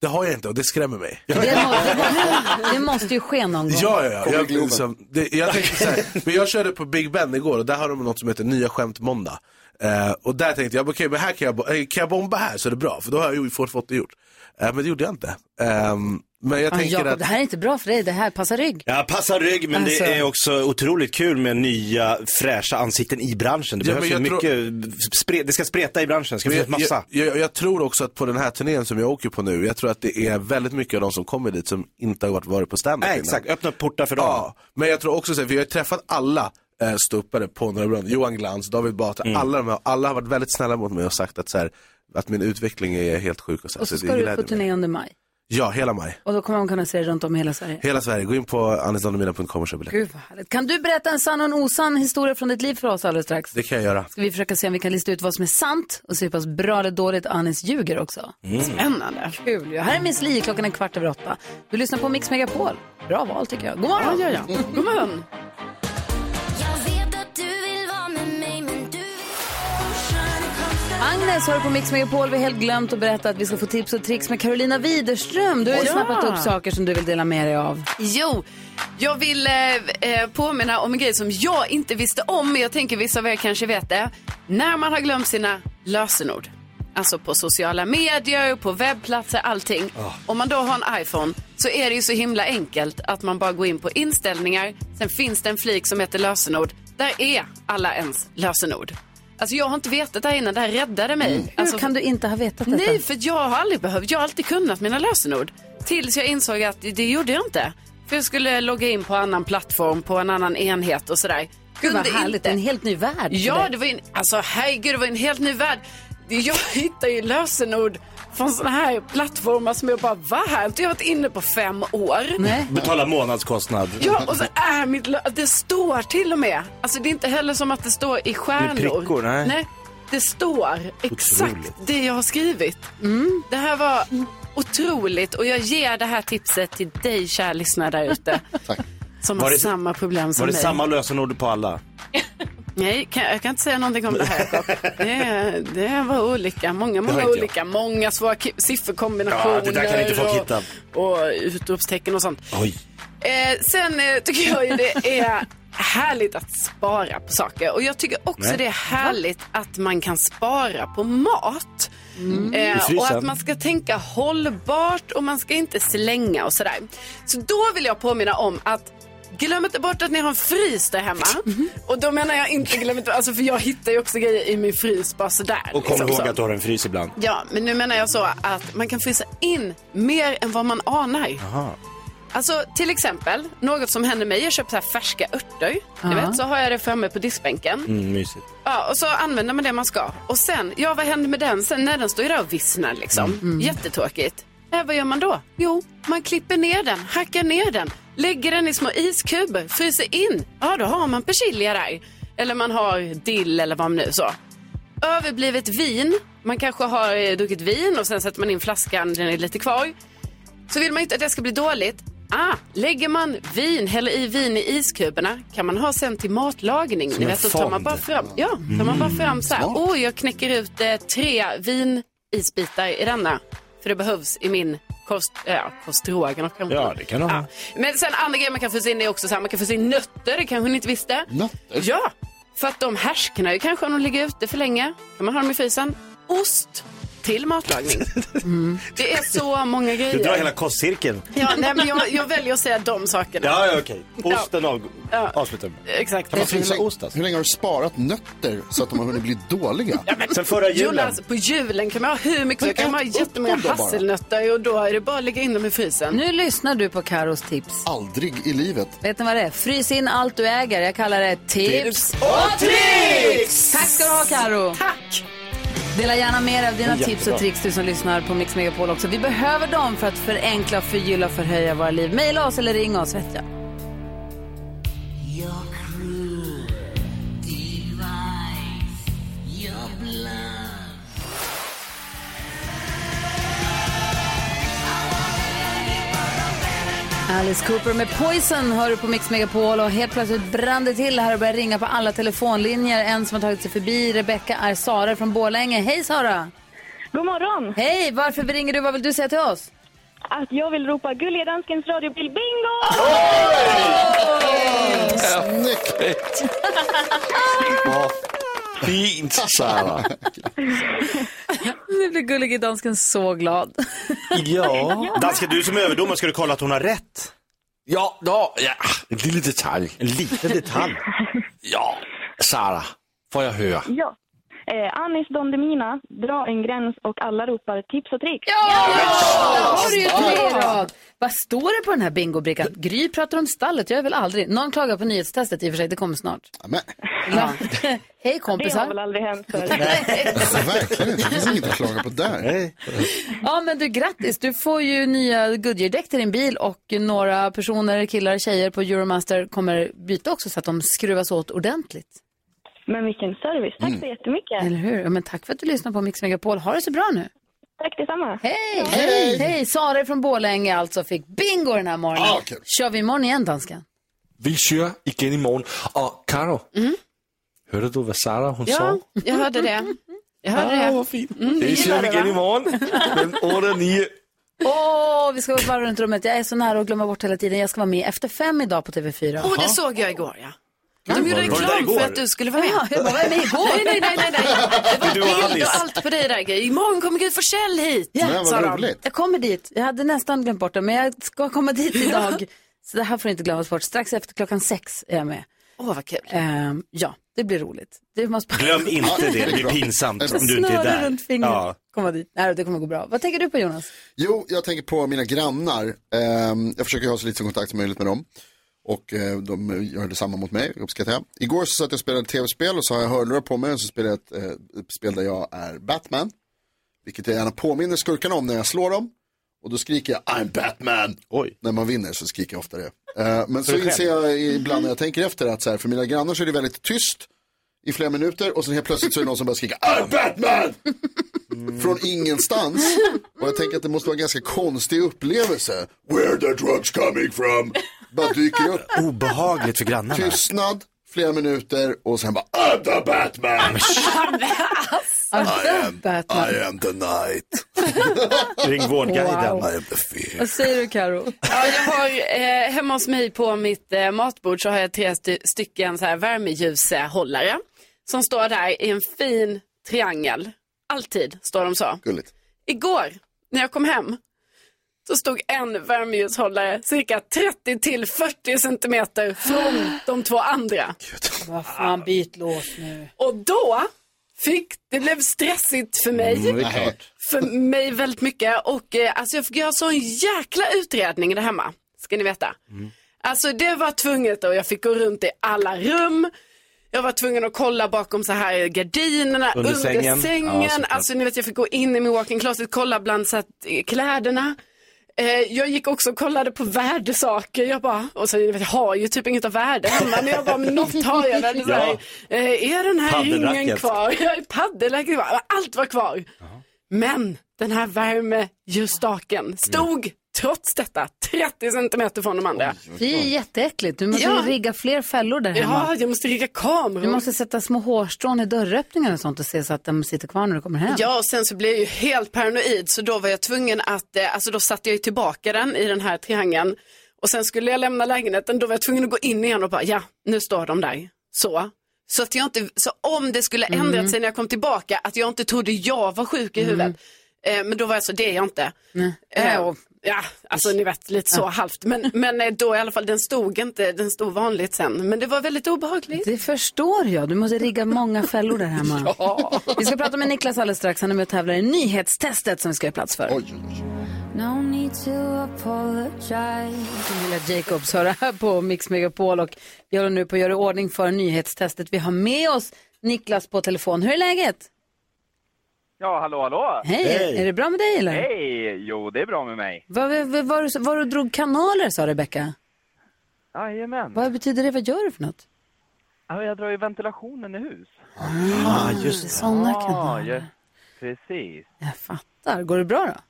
Speaker 19: det har jag inte och det skrämmer mig.
Speaker 2: Det måste ju ske någon gång.
Speaker 19: Ja, ja, ja. Jag, liksom, det, jag tänkte så här, men jag körde på Big Ben igår och där har de något som heter Nya Skämt Måndag. Eh, och där tänkte jag, okej, men här kan jag, bo- eh, kan jag bomba här så är det bra, för då har jag ju fått, fått det gjort. Eh, men det gjorde jag inte. Eh, men jag
Speaker 2: Ja,
Speaker 19: tänker
Speaker 2: Ah, Jakob,
Speaker 19: att...
Speaker 2: det här är inte bra för dig, det här passar rygg.
Speaker 3: Ja, passa rygg, men
Speaker 2: Alltså.
Speaker 3: det är också otroligt kul med nya fräscha ansikten i branschen. Det
Speaker 19: Ja,
Speaker 3: behövs ju
Speaker 19: men jag
Speaker 3: mycket, spre, det ska spreta i branschen, det ska
Speaker 19: Men
Speaker 3: finnas
Speaker 19: jag,
Speaker 3: massa.
Speaker 19: Jag, jag, jag tror också att på den här turnén som jag åker på nu, jag tror att det är väldigt mycket av de som kommer dit som inte har varit varit på standup
Speaker 3: Nej, exakt.
Speaker 19: öppna portar för dem. Ja, men jag tror också så här, för jag har ju träffat alla eh, ståuppare på Norra Brunn, Johan Glans, David Batra,
Speaker 2: Mm.
Speaker 19: alla de här, alla har varit väldigt snälla mot mig och sagt att så här, att min utveckling är helt sjuk och så, här,
Speaker 2: Och så
Speaker 19: alltså, det
Speaker 2: ska du
Speaker 19: gläder
Speaker 2: på
Speaker 19: mig.
Speaker 2: turné under maj.
Speaker 19: Ja, hela maj.
Speaker 2: Och då kommer man kunna se det runt om i hela Sverige.
Speaker 19: Hela Sverige, gå in på anisdonnemina.com och köp biljetter.
Speaker 2: Gud vad härligt. Kan du berätta en sann och en osann historia från ditt liv för oss alldeles strax?
Speaker 19: Det kan jag göra.
Speaker 2: Ska vi försöka se om vi kan lista ut vad som är sant och se hur pass bra eller dåligt Anis ljuger också.
Speaker 19: Mm.
Speaker 2: Spännande. Kul ju. Här är Miss Li, klockan är kvart över åtta. Du lyssnar på Mix Megapol. Bra val tycker jag. God morgon.
Speaker 4: Ja, ja, ja. God morgon.
Speaker 2: Agnes har på Mix Megapol. Vi har helt glömt att berätta att vi ska få tips och tricks med Carolina Widerström. Du har ju
Speaker 4: Ja.
Speaker 2: snappat upp saker som du vill dela med dig av.
Speaker 4: Jo, jag vill eh, eh, påminna om en grej som jag inte visste om, men jag tänker vissa av er kanske vet det. När man har glömt sina lösenord, alltså på sociala medier, på webbplatser, allting. Om man då har en iPhone så är det ju så himla enkelt att man bara går in på inställningar, sen finns det en flik som heter lösenord. Där är alla ens lösenord. Alltså jag har inte vetat det här innan, det här räddade mig.
Speaker 2: Mm. Hur
Speaker 4: Alltså,
Speaker 2: kan du inte ha vetat detta?
Speaker 4: Nej, för jag har aldrig behövt. Jag har alltid kunnat mina lösenord. Tills jag insåg att det gjorde jag inte. För jag skulle logga in på annan plattform, på en annan enhet och sådär.
Speaker 2: Gud vad
Speaker 4: Kunde
Speaker 2: härligt, en helt ny värld. för
Speaker 4: Ja,
Speaker 2: dig.
Speaker 4: det var ju en, alltså herregud, det var en helt ny värld. Jag hittar ju lösenord från sådana här plattformar som jag bara, va? Här har inte jag varit inne på fem år.
Speaker 3: Betala månadskostnad.
Speaker 4: Ja, och så är mitt lö- Det står till och med. Alltså det är inte heller som att det står i stjärnor.
Speaker 3: Det är prickor, nej.
Speaker 4: det står exakt
Speaker 3: Otroligt.
Speaker 4: det jag har skrivit. Mm. Det här var otroligt och jag ger det här tipset till dig, kära lyssnare där ute. Som har
Speaker 3: Var det-
Speaker 4: samma problem som
Speaker 3: Var det
Speaker 4: mig.
Speaker 3: samma lösenord på alla?
Speaker 4: Nej, kan, jag kan inte säga någonting om det här, Jakob. det, det var olika. Många,
Speaker 3: har
Speaker 4: många
Speaker 3: inte jag.
Speaker 4: olika. Många svåra ki- sifferkombinationer.
Speaker 3: Ja, det där kan inte folk
Speaker 4: och-
Speaker 3: hitta.
Speaker 4: Och utropstecken och sånt.
Speaker 3: Oj.
Speaker 4: Eh, sen eh, tycker jag ju det är härligt att spara på saker. Och jag tycker också
Speaker 8: Nej.
Speaker 4: det är härligt att man kan spara på mat.
Speaker 8: I
Speaker 4: Eh,
Speaker 8: frysen.
Speaker 4: och att man ska tänka hållbart och man ska inte slänga och sådär. Så då vill jag påminna om att Glöm inte bort att ni har en frys där hemma. Och då menar jag inte glöm inte, alltså för jag hittar ju också grejer i min frys bara sådär.
Speaker 3: Och kom
Speaker 4: liksom
Speaker 3: ihåg
Speaker 4: så.
Speaker 3: att du har en frys ibland.
Speaker 4: Ja, men nu menar jag så att man kan frysa in mer än vad man anar.
Speaker 3: Jaha.
Speaker 4: Alltså till exempel, något som händer mig, jag köper så här färska örter.
Speaker 3: Ja.
Speaker 4: Du vet, så har jag det framme på diskbänken.
Speaker 3: Mm, mysigt.
Speaker 4: Ja, och så använder man det man ska. Och sen, ja vad händer med den sen? när den står ju där och vissnar liksom.
Speaker 8: Mm.
Speaker 4: Jättetråkigt. Äh, vad gör man då? Jo, man klipper ner den, hackar ner den, lägger den i små iskuber, fryser in. Ja, då har man persilja där. Eller man har dill eller vad man nu så. Överblivet vin. Man kanske har eh, druckit vin och sen sätter man in flaskan, den är lite kvar. Så vill man inte att det ska bli dåligt. Ah, lägger man vin, häller i vin i iskuberna kan man ha sen till matlagning.
Speaker 8: Som
Speaker 4: Ni
Speaker 8: en
Speaker 4: vet, då tar man
Speaker 8: fond.
Speaker 4: bara fram, ja, tar man bara fram så här. Åh, jag knäcker ut eh, tre vinisbitar i denna. För det behövs i min kost, eh, ja, kostrågan.
Speaker 3: Ja, det kan de ha.
Speaker 4: Men sen andra grejer man kan få in är också så här, man kan få in nötter, det kanske ni inte visste. Nötter? Ja, för att de härsknar ju kanske om de ligger ute för länge. Kan man ha dem i frysen. Ost till matlagning. Det är så många grejer.
Speaker 3: Du drar hela kostcirkeln.
Speaker 4: Ja, nej, men jag, jag väljer att säga de sakerna.
Speaker 3: Ja, ja okej. Osten av...
Speaker 4: Ja.
Speaker 3: avslutar vi.
Speaker 4: Exakt.
Speaker 6: Kan man
Speaker 4: Det är
Speaker 6: frysa
Speaker 4: så-
Speaker 6: ost alltså? Hur länge har du sparat nötter så att de har hunnit bli dåliga?
Speaker 3: Sen förra
Speaker 4: Jonas, på julen kan man ha hur mycket
Speaker 6: Men
Speaker 4: som- kan man ha
Speaker 6: ät upp
Speaker 4: jättemånga
Speaker 6: dem då bara.
Speaker 4: hasselnötter och då är det bara att lägga in dem i frysen.
Speaker 2: Nu lyssnar du på Karos tips.
Speaker 6: Aldrig i livet.
Speaker 2: Vet ni vad det är? Frys in allt du äger. Jag kallar det tips
Speaker 6: Tips och tricks!
Speaker 2: Tack ska du ha Karo.
Speaker 4: Tack!
Speaker 2: Dela gärna med dig av dina
Speaker 1: Jättebra.
Speaker 2: tips och tricks du som lyssnar på Mix Megapol också. Vi behöver dem för att förenkla, förgylla och förhöja våra liv. Maila oss eller ring oss vet jag. Alice Cooper med Poison hör du på Mix Megapol och helt plötsligt brann det till här och började ringa på alla telefonlinjer. En som har tagit sig förbi, Rebecka, är Sara från Borlänge. Hej Sara!
Speaker 7: God morgon!
Speaker 2: Hej! Varför ringer du? Vad vill du säga till oss?
Speaker 7: Att jag vill ropa gulliga danskens radiobil bingo!
Speaker 5: Snyggt! Vad fint, Sara.
Speaker 2: Nu blir gullige dansken så glad.
Speaker 3: Ja. Danske, du som är överdomare, ska du kolla att hon har rätt?
Speaker 5: Ja, då, ja. En lille detalj. En
Speaker 3: liten detalj?
Speaker 5: ja, Sara, får jag höra?
Speaker 7: Ja. Eh, Anis Don Demina, dra en gräns och alla ropar tips och tricks.
Speaker 2: Där har du ju tre i rad. Vad står det på den här bingobrickan? Gry pratar om stallet, jag är väl aldrig. Någon klagar på nyhetstestet i och för sig, det kommer snart. Ja. Hej kompisar.
Speaker 7: Det har väl aldrig hänt förut.
Speaker 6: Verkligen inte. Det finns inget att klaga på där.
Speaker 2: Ja, men du, grattis. Du får ju nya Goodyear-däck till din bil och några personer, killar och tjejer på Euromaster kommer byta också så att de skruvas åt ordentligt.
Speaker 7: Men vilken service. Tack
Speaker 5: Mm.
Speaker 7: så jättemycket.
Speaker 2: Eller hur? Ja, men tack för att du lyssnar på Mix Megapol. Ha det så bra nu.
Speaker 7: Tack detsamma.
Speaker 2: Hej! Hej! Hej! Sara från Borlänge alltså fick bingo den här morgonen.
Speaker 5: Ah, kul.
Speaker 2: Kör vi imorgon igen, dansken?
Speaker 5: Vi kör igen imorgon. Och Karo,
Speaker 24: Mm.
Speaker 5: hörde du vad Sara hon sa?
Speaker 4: jag hörde det. Jag hörde
Speaker 5: Ah,
Speaker 4: det. Mm,
Speaker 5: vad
Speaker 4: fint.
Speaker 5: Vi kör igen imorgon. Mellan 8 och 9.
Speaker 2: Åh, vi ska gå ett varv runt rummet. Jag är så nära att glömma bort hela tiden. Jag ska vara med efter fem idag på TV4.
Speaker 4: Och det såg jag igår ja.
Speaker 2: Mm.
Speaker 4: De gjorde
Speaker 2: Var det där
Speaker 4: reklam
Speaker 2: igår?
Speaker 4: för att du skulle vara med.
Speaker 2: Ja, jag bara, vad är med igår?
Speaker 4: Nej, nej, nej, nej, nej. Det
Speaker 2: Du och
Speaker 4: var bild
Speaker 2: Alice.
Speaker 4: och allt på dig där Gry. Imorgon kommer Gud Forssell hit.
Speaker 2: Ja,
Speaker 4: sa de.
Speaker 2: Jag kommer dit. Jag hade nästan glömt bort det, men jag ska komma dit idag. Så det här får inte glömmas bort. Strax efter klockan sex är jag med. Ehm,
Speaker 4: Åh, vad kul.
Speaker 2: ja, det blir roligt. Det måste...
Speaker 3: Glöm inte det, det blir pinsamt om du inte är
Speaker 2: Snöre
Speaker 3: där.
Speaker 2: runt fingret.
Speaker 6: Ja.
Speaker 2: Komma dit. Nej, det kommer gå bra. Vad tänker du på, Jonas?
Speaker 6: Jo, jag tänker på mina grannar. Ehm, Jag försöker ha så lite som kontakt som möjligt med dem. Och eh, de gör detsamma mot mig, uppskattar jag. Igår så satt jag och spelade tv-spel och så har jag hörlurar på mig och så spelar jag ett eh, spel där jag är Batman. Vilket jag gärna påminner skurkarna om när jag slår dem. Och då skriker jag I'm Batman. Oj. När man vinner så skriker jag ofta det. Eh, Men
Speaker 8: För
Speaker 6: så
Speaker 8: dig
Speaker 6: inser
Speaker 8: själv?
Speaker 6: jag ibland när jag tänker efter att så här, för mina grannar så är det väldigt tyst i flera minuter och sen helt plötsligt så är det någon som börjar skrika I'm Batman! Från ingenstans. Och jag tänker att det måste vara en ganska konstig upplevelse. Where the drugs coming from? Bara dyker upp.
Speaker 3: Obehagligt för grannarna.
Speaker 6: Tystnad, flera minuter och sen bara I'm the Batman!
Speaker 24: alltså.
Speaker 6: I am,
Speaker 2: Batman.
Speaker 6: I am the night.
Speaker 3: Ring Vårdguiden.
Speaker 6: I am the fear.
Speaker 2: Vad säger du, Karo?
Speaker 4: Ja, jag har, eh, hemma hos mig på mitt eh, matbord så har jag tre sty- stycken så här värmeljushållare som står där i en fin triangel. Alltid står de så.
Speaker 6: Gulligt.
Speaker 4: Igår när jag kom hem så stod en värmeljushållare cirka 30 till 40 centimeter från de två andra.
Speaker 2: Vad fan, byt lås nu.
Speaker 4: Och då fick, det blev stressigt för mig.
Speaker 2: Mm, det är klart.
Speaker 4: För mig väldigt mycket. Och eh, alltså jag fick göra sån jäkla utredning där hemma. Ska ni veta. Alltså det var tvunget och jag fick gå runt i alla rum. Jag var tvungen att kolla bakom så här gardinerna,
Speaker 8: Under
Speaker 4: under
Speaker 8: sängen.
Speaker 4: sängen.
Speaker 8: Ja, såklart.
Speaker 4: alltså ni vet jag fick gå in i min walk-in closet, kolla bland så att, eh, kläderna. Eh, jag gick också och kollade på värdesaker. Jag bara, och sen, ni vet, jag har ju typ inget av värde hemma. Men jag bara, men något har jag väl. Så här, eh, är den här ringen
Speaker 8: Paddelracket.
Speaker 4: kvar? Jag är paddelracket kvar. Allt var kvar. Men den här värmeljusstaken stod trots detta 30 centimeter från de andra.
Speaker 2: Det är ju jätteäckligt. Du måste
Speaker 4: Ja.
Speaker 2: ju rigga fler fällor där hemma.
Speaker 4: Ja, jag måste rigga kameror.
Speaker 2: Du måste sätta små hårstrån i dörröppningar och sånt och se så att de sitter kvar när du kommer hem.
Speaker 4: Ja, och sen så blev jag ju helt paranoid så då var jag tvungen att, eh, alltså då satte jag ju tillbaka den i den här triangeln och sen skulle jag lämna lägenheten, då var jag tvungen att gå in igen och bara, ja, nu står de där. Så. Så att jag inte, så om det skulle ändrat sig när jag kom tillbaka, att jag inte trodde jag var sjuk i huvudet. Eh, men då var jag så, det är jag inte.
Speaker 2: Nej.
Speaker 4: Eh, Ja, alltså ni vet lite så
Speaker 2: Ja.
Speaker 4: halvt. Men, men eh, då i alla fall, den stod inte, den stod vanligt sen. Men det var väldigt obehagligt.
Speaker 2: Det förstår jag. Du måste rigga många fällor där hemma. Vi ska prata med Niklas alldeles strax. Han är med och tävlar i nyhetstestet som vi ska göra plats för.
Speaker 24: No need to apologize.
Speaker 2: Camilla Jacobs hör här på Mix Megapol och vi håller nu på att göra i ordning för nyhetstestet. Vi har med oss Niklas på telefon. Hur är läget?
Speaker 25: Ja, hallå, hallå!
Speaker 2: Hej, är det bra med dig eller?
Speaker 25: Hej! Jo, det är bra med mig.
Speaker 2: Vad vad- vad- vad du- vad du drog kanaler sa Rebecka.
Speaker 25: Jajamän.
Speaker 2: Vad betyder det? Vad gör du för något?
Speaker 25: Ja, Jag drar ju ventilationen i hus.
Speaker 2: Ah, just det. Sådana kanaler.
Speaker 25: Ja, precis.
Speaker 2: Jag fattar. Går det bra då?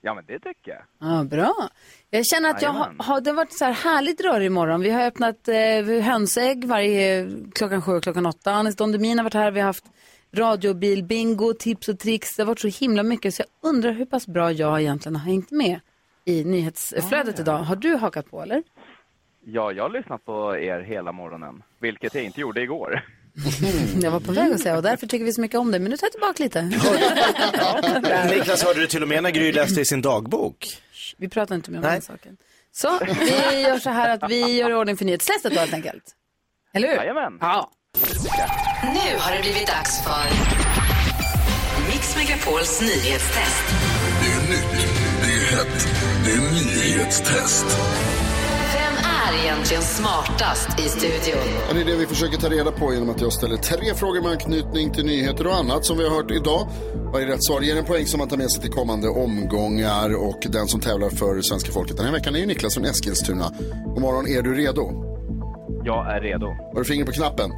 Speaker 25: Ja, men det tycker jag.
Speaker 2: Ja, bra. Jag känner att jag har,
Speaker 25: Jajamän.
Speaker 2: har, det har varit så här härligt rör i morgon. Vi har öppnat eh, hönsägg varje klockan sju och klockan åtta. Anis Don Demin har varit här. Vi har haft radiobil, bingo, tips och tricks. Det har varit så himla mycket så jag undrar hur pass bra jag egentligen har hängt med i nyhetsflödet
Speaker 25: Ah.
Speaker 2: idag. Har du hakat på eller?
Speaker 25: Ja, jag har lyssnat på er hela morgonen, vilket jag inte gjorde igår.
Speaker 6: Mm.
Speaker 2: Jag var på väg att säga och därför tycker vi så mycket om det. Men nu tar jag tillbaka lite.
Speaker 3: Niklas hörde du till och med när Gry läste i sin dagbok.
Speaker 2: Vi pratar inte mer om
Speaker 3: Nej.
Speaker 2: den saken. Så, vi gör så här att vi gör i ordning för nyhetstestet då helt enkelt. Eller hur? Jajamän. Ja.
Speaker 1: Nu har det blivit dags för Mix Megapols nyhetstest.
Speaker 26: Det är nytt, det är hett, det är nyhetstest.
Speaker 1: Vem är egentligen smartast i studion?
Speaker 6: Ja, det är det vi försöker ta reda på genom att jag ställer tre frågor med anknytning till nyheter och annat som vi har hört idag. Varje rätt svar ger en poäng som man tar med sig till kommande omgångar och den som tävlar för svenska folket den här veckan är ju Niklas från Eskilstuna. God morgon, är du redo?
Speaker 25: Jag är redo.
Speaker 6: Har du finger på knappen?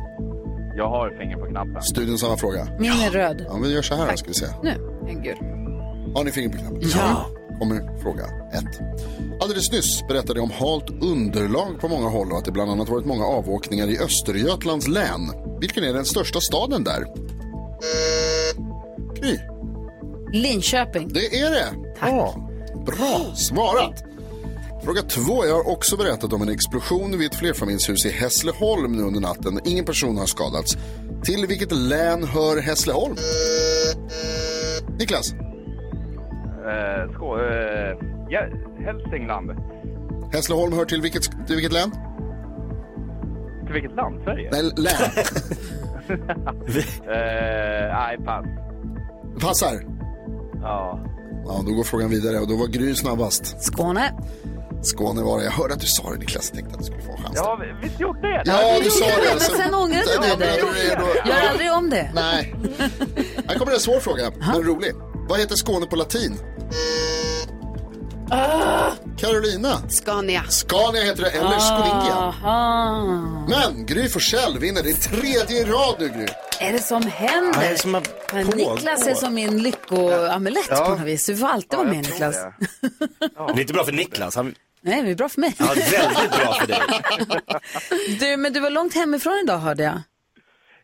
Speaker 25: Jag har finger på knappen.
Speaker 6: Studion samma fråga.
Speaker 25: Mm.
Speaker 2: Min är röd.
Speaker 6: Ja, vi gör så här då ska vi se.
Speaker 2: Nu, en gul.
Speaker 6: Har ni finger på knappen? Ja. Kommer fråga ett. Alldeles nyss berättade jag om halt underlag på många håll och att det bland annat varit många avåkningar i Östergötlands län. Vilken är den största staden där? Gry.
Speaker 2: Linköping.
Speaker 6: Det är det. Tack. Bra svarat. Fråga två. Jag har också berättat om en explosion vid ett flerfamiljshus i Hässleholm nu under natten. Ingen person har skadats. Till vilket län hör Hässleholm? Niklas.
Speaker 25: Eh, skå, eh, ja, Hälsingland.
Speaker 6: Hässleholm hör till vilket, till vilket län?
Speaker 25: Till vilket land? Sverige?
Speaker 6: Nej, län.
Speaker 25: Eh, nej, pass.
Speaker 6: Passar.
Speaker 25: Ja.
Speaker 6: Ja, då går frågan vidare och då var Gry snabbast.
Speaker 2: Skåne.
Speaker 6: Skåne var det. Jag hörde att du sa det Niklas. Jag tänkte att du skulle få chansen.
Speaker 25: Ja, vi- visst gjorde jag det?
Speaker 6: Ja, du sa
Speaker 2: Ja,
Speaker 6: det. alltså.
Speaker 2: men sen ångrade
Speaker 6: Ja,
Speaker 2: du
Speaker 6: men
Speaker 2: dig.
Speaker 6: då är det då-
Speaker 2: Gör aldrig om det.
Speaker 6: Nej. Här kommer en svår fråga, men rolig. Vad heter Skåne på latin?
Speaker 4: Ah!
Speaker 6: Carolina.
Speaker 27: Scania.
Speaker 6: Scania heter det, eller Skovinkia.
Speaker 2: Ah.
Speaker 6: Men Gry Forssell vinner. Det är tredje i rad nu, Gry.
Speaker 2: Är det som händer?
Speaker 6: Vad är det som har
Speaker 2: Men
Speaker 6: pågår?
Speaker 2: Niklas är som min lyckoamulett
Speaker 3: Ja.
Speaker 2: på något vis. Du får alltid vara med Niklas.
Speaker 3: Det är inte bra för Niklas. Han...
Speaker 2: Nej, det är bra för mig.
Speaker 3: Ja, väldigt bra för dig.
Speaker 2: Du, men du var långt hemifrån idag hörde jag.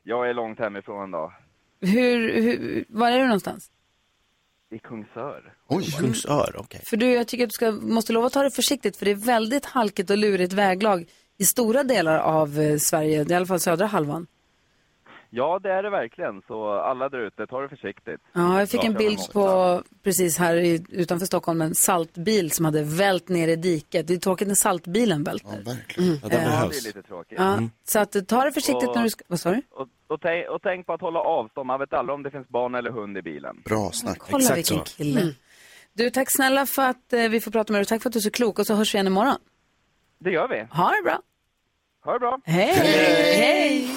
Speaker 25: Jag är långt hemifrån då.
Speaker 2: Hur, hur, var är du någonstans?
Speaker 25: I Kungsör.
Speaker 6: Oj,
Speaker 3: Kungsör, okej.
Speaker 2: För du, jag tycker att du ska, måste lova att ta det försiktigt för det är väldigt halkigt och lurigt väglag i stora delar av eh, Sverige, i alla fall södra halvan.
Speaker 25: Ja, det är det verkligen. Så alla där ute, ta det försiktigt.
Speaker 2: Ja, jag fick en
Speaker 25: Bra,
Speaker 2: bild
Speaker 25: kör
Speaker 2: på, precis här i, utanför Stockholm, en saltbil som hade vält ner i diket. Det är tråkigt när saltbilen välter.
Speaker 6: Ja,
Speaker 25: verkligen. Ja, det behövs.
Speaker 2: Eh,
Speaker 25: Det är lite tråkigt.
Speaker 2: Ja,
Speaker 25: Mm.
Speaker 2: Så att, eh, ta det försiktigt
Speaker 25: Och-
Speaker 2: när du ska, vad sa du?
Speaker 25: Och, och, tänk, och tänk på att hålla avstånd. Man vet aldrig om det finns barn eller hund i bilen.
Speaker 6: Bra snack.
Speaker 2: Kolla vilken kille. Du, tack snälla för att eh, vi får prata med dig. Tack för att du är så klok och så hörs vi igen imorgon.
Speaker 25: Det gör vi.
Speaker 2: Ha det bra.
Speaker 25: Ha det bra.
Speaker 2: Hej! Hej!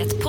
Speaker 1: Ett